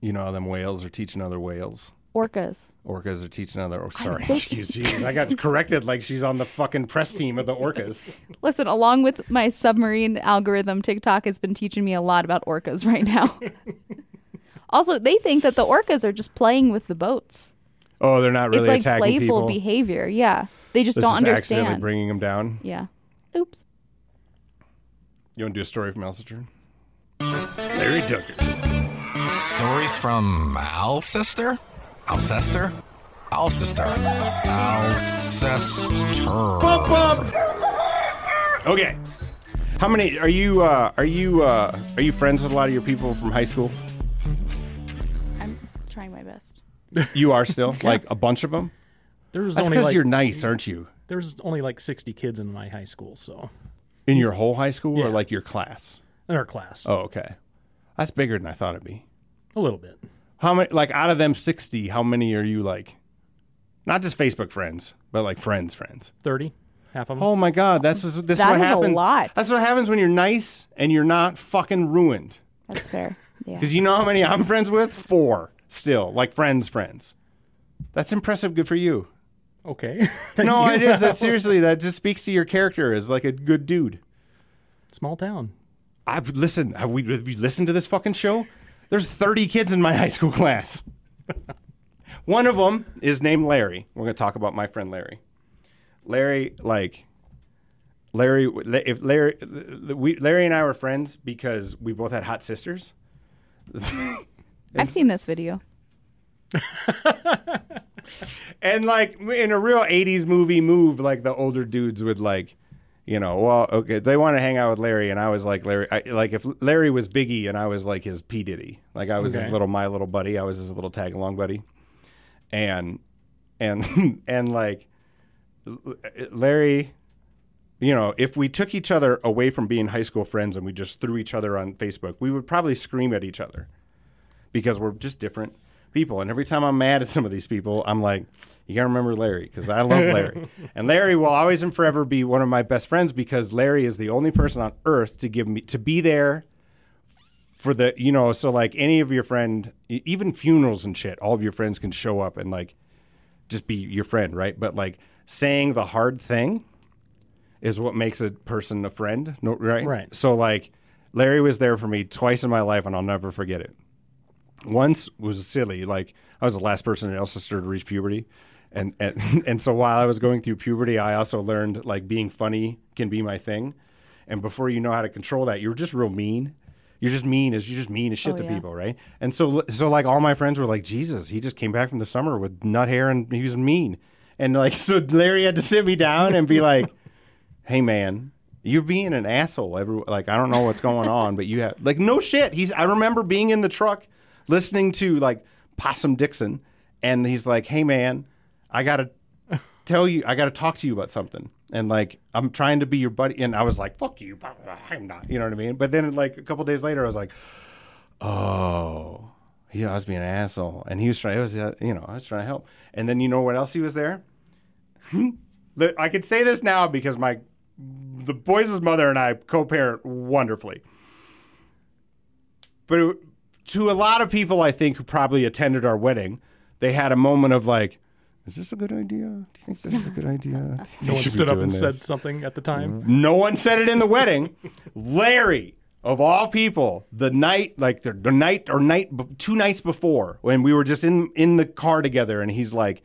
Speaker 2: you know how them whales are teaching other whales?
Speaker 3: Orcas.
Speaker 2: Orcas are teaching other. Oh, sorry, excuse me. I got corrected like she's on the fucking press team of the orcas.
Speaker 3: Listen, along with my submarine algorithm, TikTok has been teaching me a lot about orcas right now. also, they think that the orcas are just playing with the boats.
Speaker 2: Oh, they're not really
Speaker 3: it's like
Speaker 2: attacking
Speaker 3: playful
Speaker 2: people.
Speaker 3: behavior. Yeah. They just
Speaker 2: this
Speaker 3: don't
Speaker 2: is accidentally
Speaker 3: understand.
Speaker 2: bringing them down.
Speaker 3: yeah. Oops.
Speaker 2: You want to do a story from Alcester? Larry Duckers.
Speaker 5: Stories from Alcester? Alcester? Alcester. Alcester.
Speaker 2: Okay. How many are you? Uh, are you? Uh, are you friends with a lot of your people from high school?
Speaker 3: I'm trying my best.
Speaker 2: You are still like a bunch of them.
Speaker 4: There was
Speaker 2: That's
Speaker 4: only
Speaker 2: because
Speaker 4: like
Speaker 2: you're nice, aren't you?
Speaker 4: there was only like 60 kids in my high school, so
Speaker 2: In your whole high school
Speaker 4: Yeah.
Speaker 2: or like your class?
Speaker 4: in our class,
Speaker 2: Oh, okay. That's bigger than I thought it'd be.
Speaker 4: a little bit.
Speaker 2: How many? Like out of them sixty, how many are you like Not just Facebook friends, but like friends, friends.
Speaker 4: 30, half of them.
Speaker 2: Oh my God, that's this is
Speaker 3: That
Speaker 2: what
Speaker 3: is a
Speaker 2: happens.
Speaker 3: lot.
Speaker 2: That's what happens when you're nice and you're not fucking ruined.
Speaker 3: That's fair. Yeah.
Speaker 2: Because you know how many I'm friends with? Four still, like friends, friends. That's impressive. Good for you.
Speaker 4: Okay.
Speaker 2: No, it is. That, seriously, that just speaks to your character as like a good dude.
Speaker 4: Small town.
Speaker 2: I listen. Have we, have we listened to this fucking show? There's 30 kids in my high school class. One of them is named Larry. We're gonna talk about my friend Larry. Larry, like Larry, if Larry, we, Larry and I were friends because we both had hot sisters.
Speaker 3: I've seen this video.
Speaker 2: And like in a real '80s movie move, like the older dudes would like, you know, well, okay, they want to hang out with Larry, and I was like Larry, I, like if Larry was Biggie and I was like his P Diddy, like I was his
Speaker 4: Okay.
Speaker 2: little my little buddy, I was his little tag along buddy, and and and like L- Larry, you know, if we took each other away from being high school friends and we just threw each other on Facebook, we would probably scream at each other because we're just different people. And every time I'm mad at some of these people, I'm like, you gotta remember Larry because I love Larry, and Larry will always and forever be one of my best friends because Larry is the only person on earth to give me to be there for the you know so like any of your friend e- even funerals and shit all of your friends can show up and like just be your friend right but like saying the hard thing is what makes a person a friend no, right
Speaker 4: Right.
Speaker 2: so like larry was there for me twice in my life and i'll never forget it once was silly. Like I was the last person in El Sister to reach puberty, and and and so while I was going through puberty, I also learned like being funny can be my thing, and before you know how to control that, you're just real mean. You're just mean as you're just mean as shit
Speaker 3: Oh,
Speaker 2: to
Speaker 3: yeah.
Speaker 2: people, right? And so so like all my friends were like, Jesus, he just came back from the summer with nut hair and he was mean, and like so Larry had to sit me down and be like. hey man you're being an asshole every like i don't know what's going on but you have like no shit he's i remember being in the truck listening to like possum dixon and he's like hey man i gotta tell you i gotta talk to you about something and like i'm trying to be your buddy and i was like fuck you blah, blah, blah, i'm not you know what i mean but then like a couple days later i was like oh you know, I was being an asshole, and he was trying. It was, uh, you know, I was trying to help. And then you know what else he was there? Look, I could say this now because my the boys' mother and I co-parent wonderfully. But it, to a lot of people, I think who probably attended our wedding, they had a moment of like, "Is this a good idea? Do you think this is a good idea?" I think we
Speaker 4: No one
Speaker 2: should be
Speaker 4: stood up
Speaker 2: doing
Speaker 4: and said
Speaker 2: this."
Speaker 4: something at the time.
Speaker 2: No one said it in the wedding. Larry, of all people, the night, like the, the night or night, be- two nights before, when we were just in in the car together, and he's like,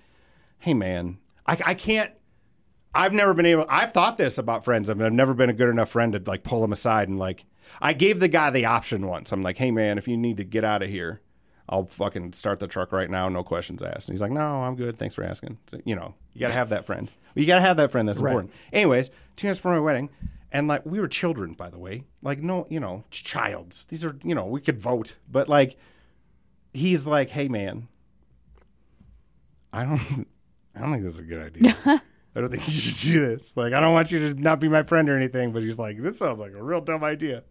Speaker 2: "Hey, man, I, I can't." I've never been able. I've thought this about friends. I mean, I've never been a good enough friend to like pull them aside and like. I gave the guy the option once. I'm like, "Hey, man, if you need to get out of here, I'll fucking start the truck right now, no questions asked." And he's like, "No, I'm good. Thanks for asking." So, you know, you gotta have that friend. You gotta have that friend. That's important. Anyways, two years before my wedding, and like we were children, by the way. Like no, you know, ch- childs. These are you know we could vote, but like he's like, "Hey, man, I don't, I don't think this is a good idea." I don't think you should do this. Like, I don't want you to not be my friend or anything, but he's like, this sounds like a real dumb idea.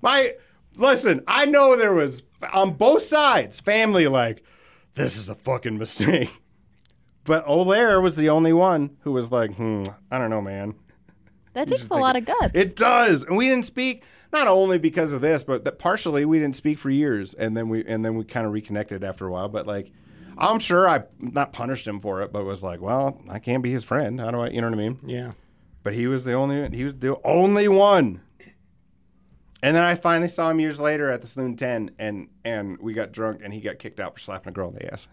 Speaker 2: My, listen, I know there was on both sides family like, this is a fucking mistake. But O'Lair was the only one who was like, hmm, I don't know, man.
Speaker 3: That takes a lot of guts.
Speaker 2: It does, and we didn't speak not only because of this, but that partially we didn't speak for years, and then we and then we kind of reconnected after a while. But like, I'm sure I not punished him for it, but was like, well, I can't be his friend. How do I? You know what I mean?
Speaker 4: Yeah.
Speaker 2: But he was the only he was the only one. And then I finally saw him years later at the Saloon Ten, and and we got drunk, and he got kicked out for slapping a girl in the ass.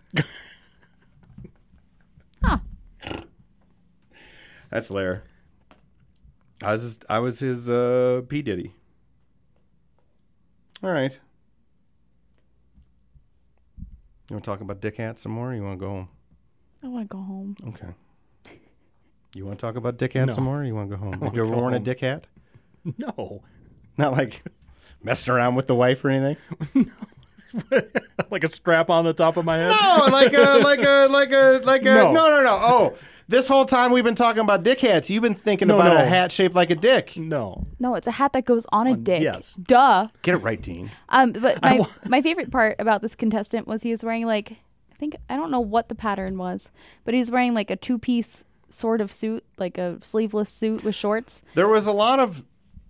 Speaker 3: Huh.
Speaker 2: That's Lair. I was his, I was his uh, P Diddy. All right. You want to talk about dick hats some more? Or you want to go home?
Speaker 3: I want to go home.
Speaker 2: Okay. You want to talk about dick hats
Speaker 4: No.
Speaker 2: some more? Or you want to go home? Have you
Speaker 4: wanna
Speaker 2: ever
Speaker 4: go
Speaker 2: worn a
Speaker 4: home.
Speaker 2: dick hat?
Speaker 4: No.
Speaker 2: Not like messing around with the wife or anything.
Speaker 4: like a strap on the top of my head.
Speaker 2: No, like a like a like a like a no
Speaker 4: No.
Speaker 2: no no. no. Oh, this whole time we've been talking about dick hats. You've been thinking
Speaker 4: No,
Speaker 2: about
Speaker 4: no.
Speaker 2: a hat shaped like a dick.
Speaker 4: No.
Speaker 3: No, it's a hat that goes on a dick.
Speaker 4: yes.
Speaker 3: Duh.
Speaker 2: Get it right, Dean.
Speaker 3: Um, but my,
Speaker 4: wa-
Speaker 3: my favorite part about this contestant was he was wearing like think I don't know what the pattern was, but he's wearing like a two-piece sort of suit, like a sleeveless suit with shorts,
Speaker 2: There was a lot of,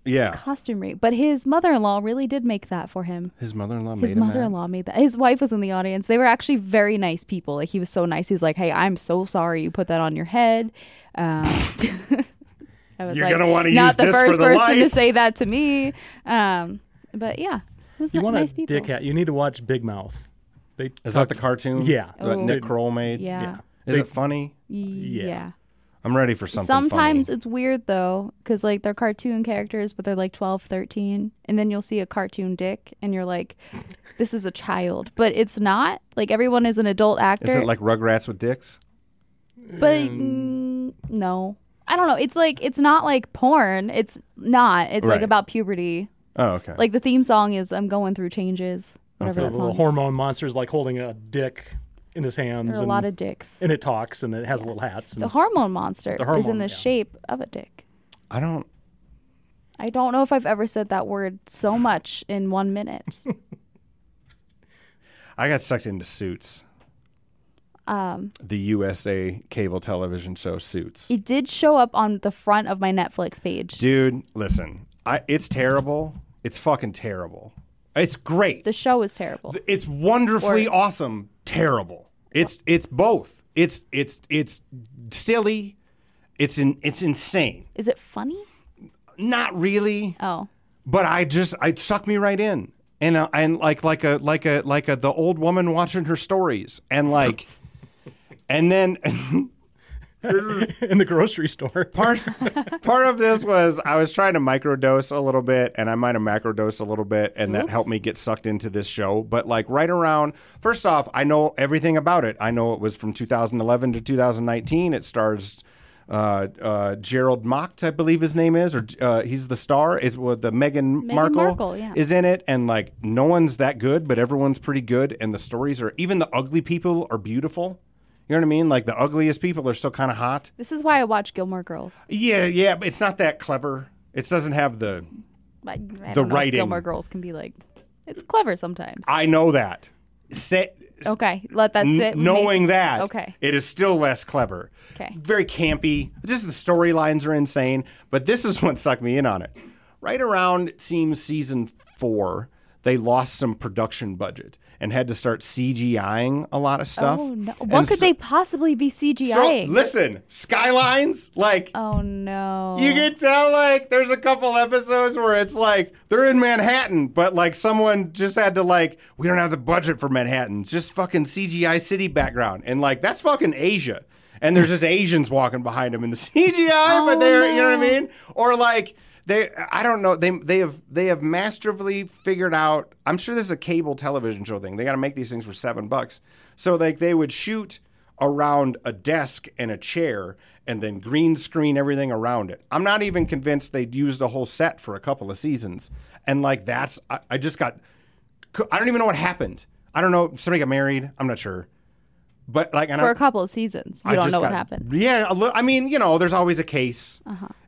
Speaker 2: yeah.
Speaker 3: costumery. But his mother-in-law really did make that for him.
Speaker 2: His mother-in-law made
Speaker 3: His
Speaker 2: him that?
Speaker 3: mother-in-law made that. His wife was in the audience. They were actually very nice people. Like he was so nice. He's like, "Hey, I'm so sorry you put that on your head." Um, I was
Speaker 2: You're gonna wanna
Speaker 3: not
Speaker 2: use
Speaker 3: the
Speaker 2: this for
Speaker 3: first
Speaker 2: the
Speaker 3: person to
Speaker 2: lice."
Speaker 3: say that to me. Um, but yeah, it was
Speaker 4: You
Speaker 3: ni-
Speaker 4: want
Speaker 3: nice
Speaker 4: a
Speaker 3: people.
Speaker 4: dickhead? You need to watch Big Mouth. They
Speaker 2: Is that the cartoon?
Speaker 4: Yeah.
Speaker 2: That
Speaker 3: Oh.
Speaker 2: Nick Kroll made?
Speaker 3: Yeah.
Speaker 2: Is it funny?
Speaker 3: Yeah.
Speaker 2: I'm ready for something
Speaker 3: Sometimes
Speaker 2: funny.
Speaker 3: it's weird though, because like they're cartoon characters, but they're like 12, 13. And then you'll see a cartoon dick, and you're like, this is a child. But it's not. Like everyone is an adult actor.
Speaker 2: Is it like Rugrats with dicks?
Speaker 3: but mm, no. I don't know. It's like, it's not like porn. It's not. It's
Speaker 2: Right.
Speaker 3: like about puberty.
Speaker 2: Oh, okay.
Speaker 3: Like the theme song is I'm going through changes. Whatever
Speaker 4: the
Speaker 3: that
Speaker 4: little
Speaker 3: song
Speaker 4: hormone monsters like holding a dick in his hands.
Speaker 3: There are a
Speaker 4: and,
Speaker 3: lot of dicks.
Speaker 4: and it talks and it has little hats. And
Speaker 3: The hormone monster
Speaker 4: The
Speaker 3: is in
Speaker 4: hormone,
Speaker 3: the
Speaker 4: yeah.
Speaker 3: shape of a dick.
Speaker 2: I don't.
Speaker 3: I don't know if I've ever said that word so much in one minute.
Speaker 2: I got sucked into Suits. Um, the USA cable television show Suits.
Speaker 3: It did show up on the front of my Netflix page.
Speaker 2: Dude, listen. I, it's terrible. It's fucking terrible. It's great.
Speaker 3: the show is terrible.
Speaker 2: it's wonderfully awesome. Terrible. It's it's both. It's it's it's silly. It's in, it's insane.
Speaker 3: is it funny?
Speaker 2: Not really.
Speaker 3: Oh,
Speaker 2: but I just I sucked me right in, and uh, and like like a like a like a the old woman watching her stories, and like, and then
Speaker 4: in the grocery store.
Speaker 2: part part of this was I was trying to microdose a little bit, and I might have macrodose a little bit, and that helped me get sucked into this show. But like right around, first off, I know everything about it. I know it was from 2011 to 2019. It stars. Uh, uh, Gerald Mocht, I believe his name is, or uh, he's the star. Is with the Meghan,
Speaker 3: Meghan
Speaker 2: Markle,
Speaker 3: Markle, yeah.
Speaker 2: is in it, and like no one's that good, but everyone's pretty good, and the stories are even the ugly people are beautiful. You know what I mean? Like the ugliest people are still kind of hot.
Speaker 3: this is why I watch Gilmore Girls.
Speaker 2: Yeah, yeah, but it's not that clever. It doesn't have the.
Speaker 3: I, I don't know if
Speaker 2: writing.
Speaker 3: Gilmore Girls can be like, it's clever sometimes.
Speaker 2: I know that. Set,
Speaker 3: okay, let that sit. with me.
Speaker 2: knowing that,
Speaker 3: Okay.
Speaker 2: it is still less clever.
Speaker 3: Okay.
Speaker 2: Very campy. Just the storylines are insane. But this is what sucked me in on it. Right around it seems season four, they lost some production budget and had to start CGIing a lot of stuff.
Speaker 3: Oh no!
Speaker 2: And
Speaker 3: What could
Speaker 2: so-
Speaker 3: they possibly be
Speaker 2: so-
Speaker 3: CGIing?
Speaker 2: listen, skylines like.
Speaker 3: oh no!
Speaker 2: You can tell, like, there's a couple episodes where it's like they're in Manhattan, but like someone just had to like, we don't have the budget for Manhattan, just fucking CGI city background, and like that's fucking Asia, and there's just Asians walking behind them in the CGI, but
Speaker 3: Oh,
Speaker 2: they're, you know what I
Speaker 3: no.
Speaker 2: mean? mean? Or like they I don't know, they they have they have masterfully figured out I'm sure this is a cable television show thing. They gotta make these things for seven bucks. So like they would shoot around a desk and a chair and then green screen everything around it. I'm not even convinced they'd used a whole set for a couple of seasons. And like that's I, I just got I don't even know what happened. I don't know. Somebody got married. I'm not sure. But like, and
Speaker 3: For
Speaker 2: I'm-
Speaker 3: a couple of seasons, you
Speaker 2: I
Speaker 3: don't
Speaker 2: just
Speaker 3: know what
Speaker 2: got-
Speaker 3: happened. Uh-huh.
Speaker 2: Yeah, a li- I mean, you know, there's always a case,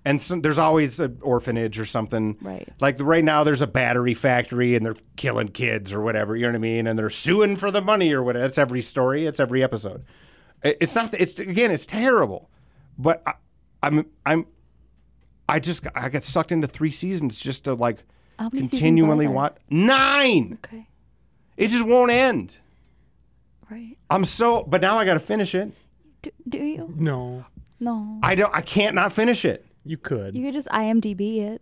Speaker 2: and some, there's always an orphanage or something.
Speaker 3: Right.
Speaker 2: Like right now, there's a battery factory, and they're killing kids or whatever. You know what I mean? And they're suing for the money or whatever. It's every story. It's every episode. I- It's not. It's again. It's terrible. But I, I'm. I'm. I just. got- I got sucked into three seasons just to like
Speaker 3: How many seasons are
Speaker 2: continually
Speaker 3: there?
Speaker 2: watch nine.
Speaker 3: Okay,
Speaker 2: It just won't end.
Speaker 3: right?
Speaker 2: I'm so. But now I got to finish it.
Speaker 3: Do, do you?
Speaker 4: No,
Speaker 3: No.
Speaker 2: I don't. I can't not finish it.
Speaker 4: you could.
Speaker 3: You could just IMDb it.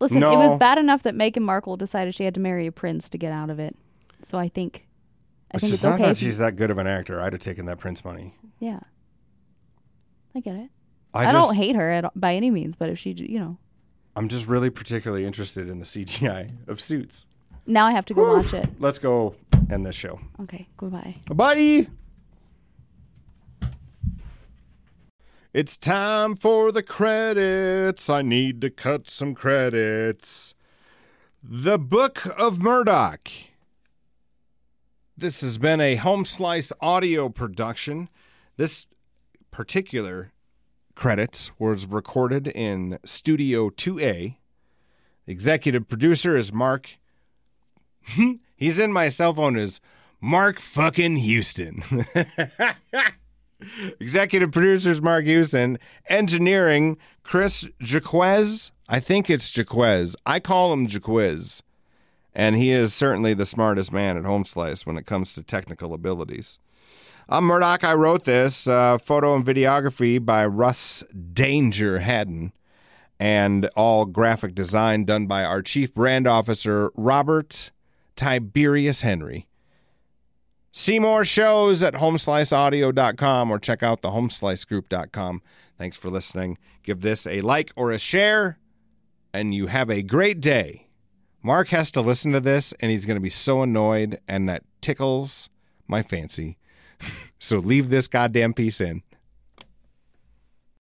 Speaker 3: Listen, it
Speaker 2: No.
Speaker 3: was bad enough that Meghan Markle decided she had to marry a prince to get out of it. So I think, I think
Speaker 2: She's
Speaker 3: it's
Speaker 2: not
Speaker 3: okay.
Speaker 2: that
Speaker 3: if you-
Speaker 2: she's that good of an actor. I'd have taken that Prince money.
Speaker 3: yeah, I get it.
Speaker 2: I,
Speaker 3: I,
Speaker 2: just,
Speaker 3: don't hate her at, all- by any means, but if she, you know,
Speaker 2: I'm just really particularly interested in the CGI of Suits.
Speaker 3: now I have to go watch it.
Speaker 2: Let's go end this show.
Speaker 3: Okay, goodbye.
Speaker 2: Bye. It's time for the credits. I need to cut some credits. The Book of Murdoch. This has been a Home Slice audio production. This particular credits was recorded in Studio 2A. Executive producer is Mark. He's in my cell phone as Mark fucking Houston. Executive producers Mark Houston, engineering Chris Jaquez. I think it's Jaquez. I call him Jaquez. And he is certainly the smartest man at Home Slice when it comes to technical abilities. I'm Murdoch. I wrote this uh, photo and videography by Russ Danger Haddon, and all graphic design done by our chief brand officer, Robert Tiberius Henry. See more shows at homesliceaudio.com or check out the homeslicegroup.com. Thanks for listening. Give this a like or a share, and you have a great day. Mark has to listen to this, and he's going to be so annoyed, and that tickles my fancy. So leave this goddamn piece in.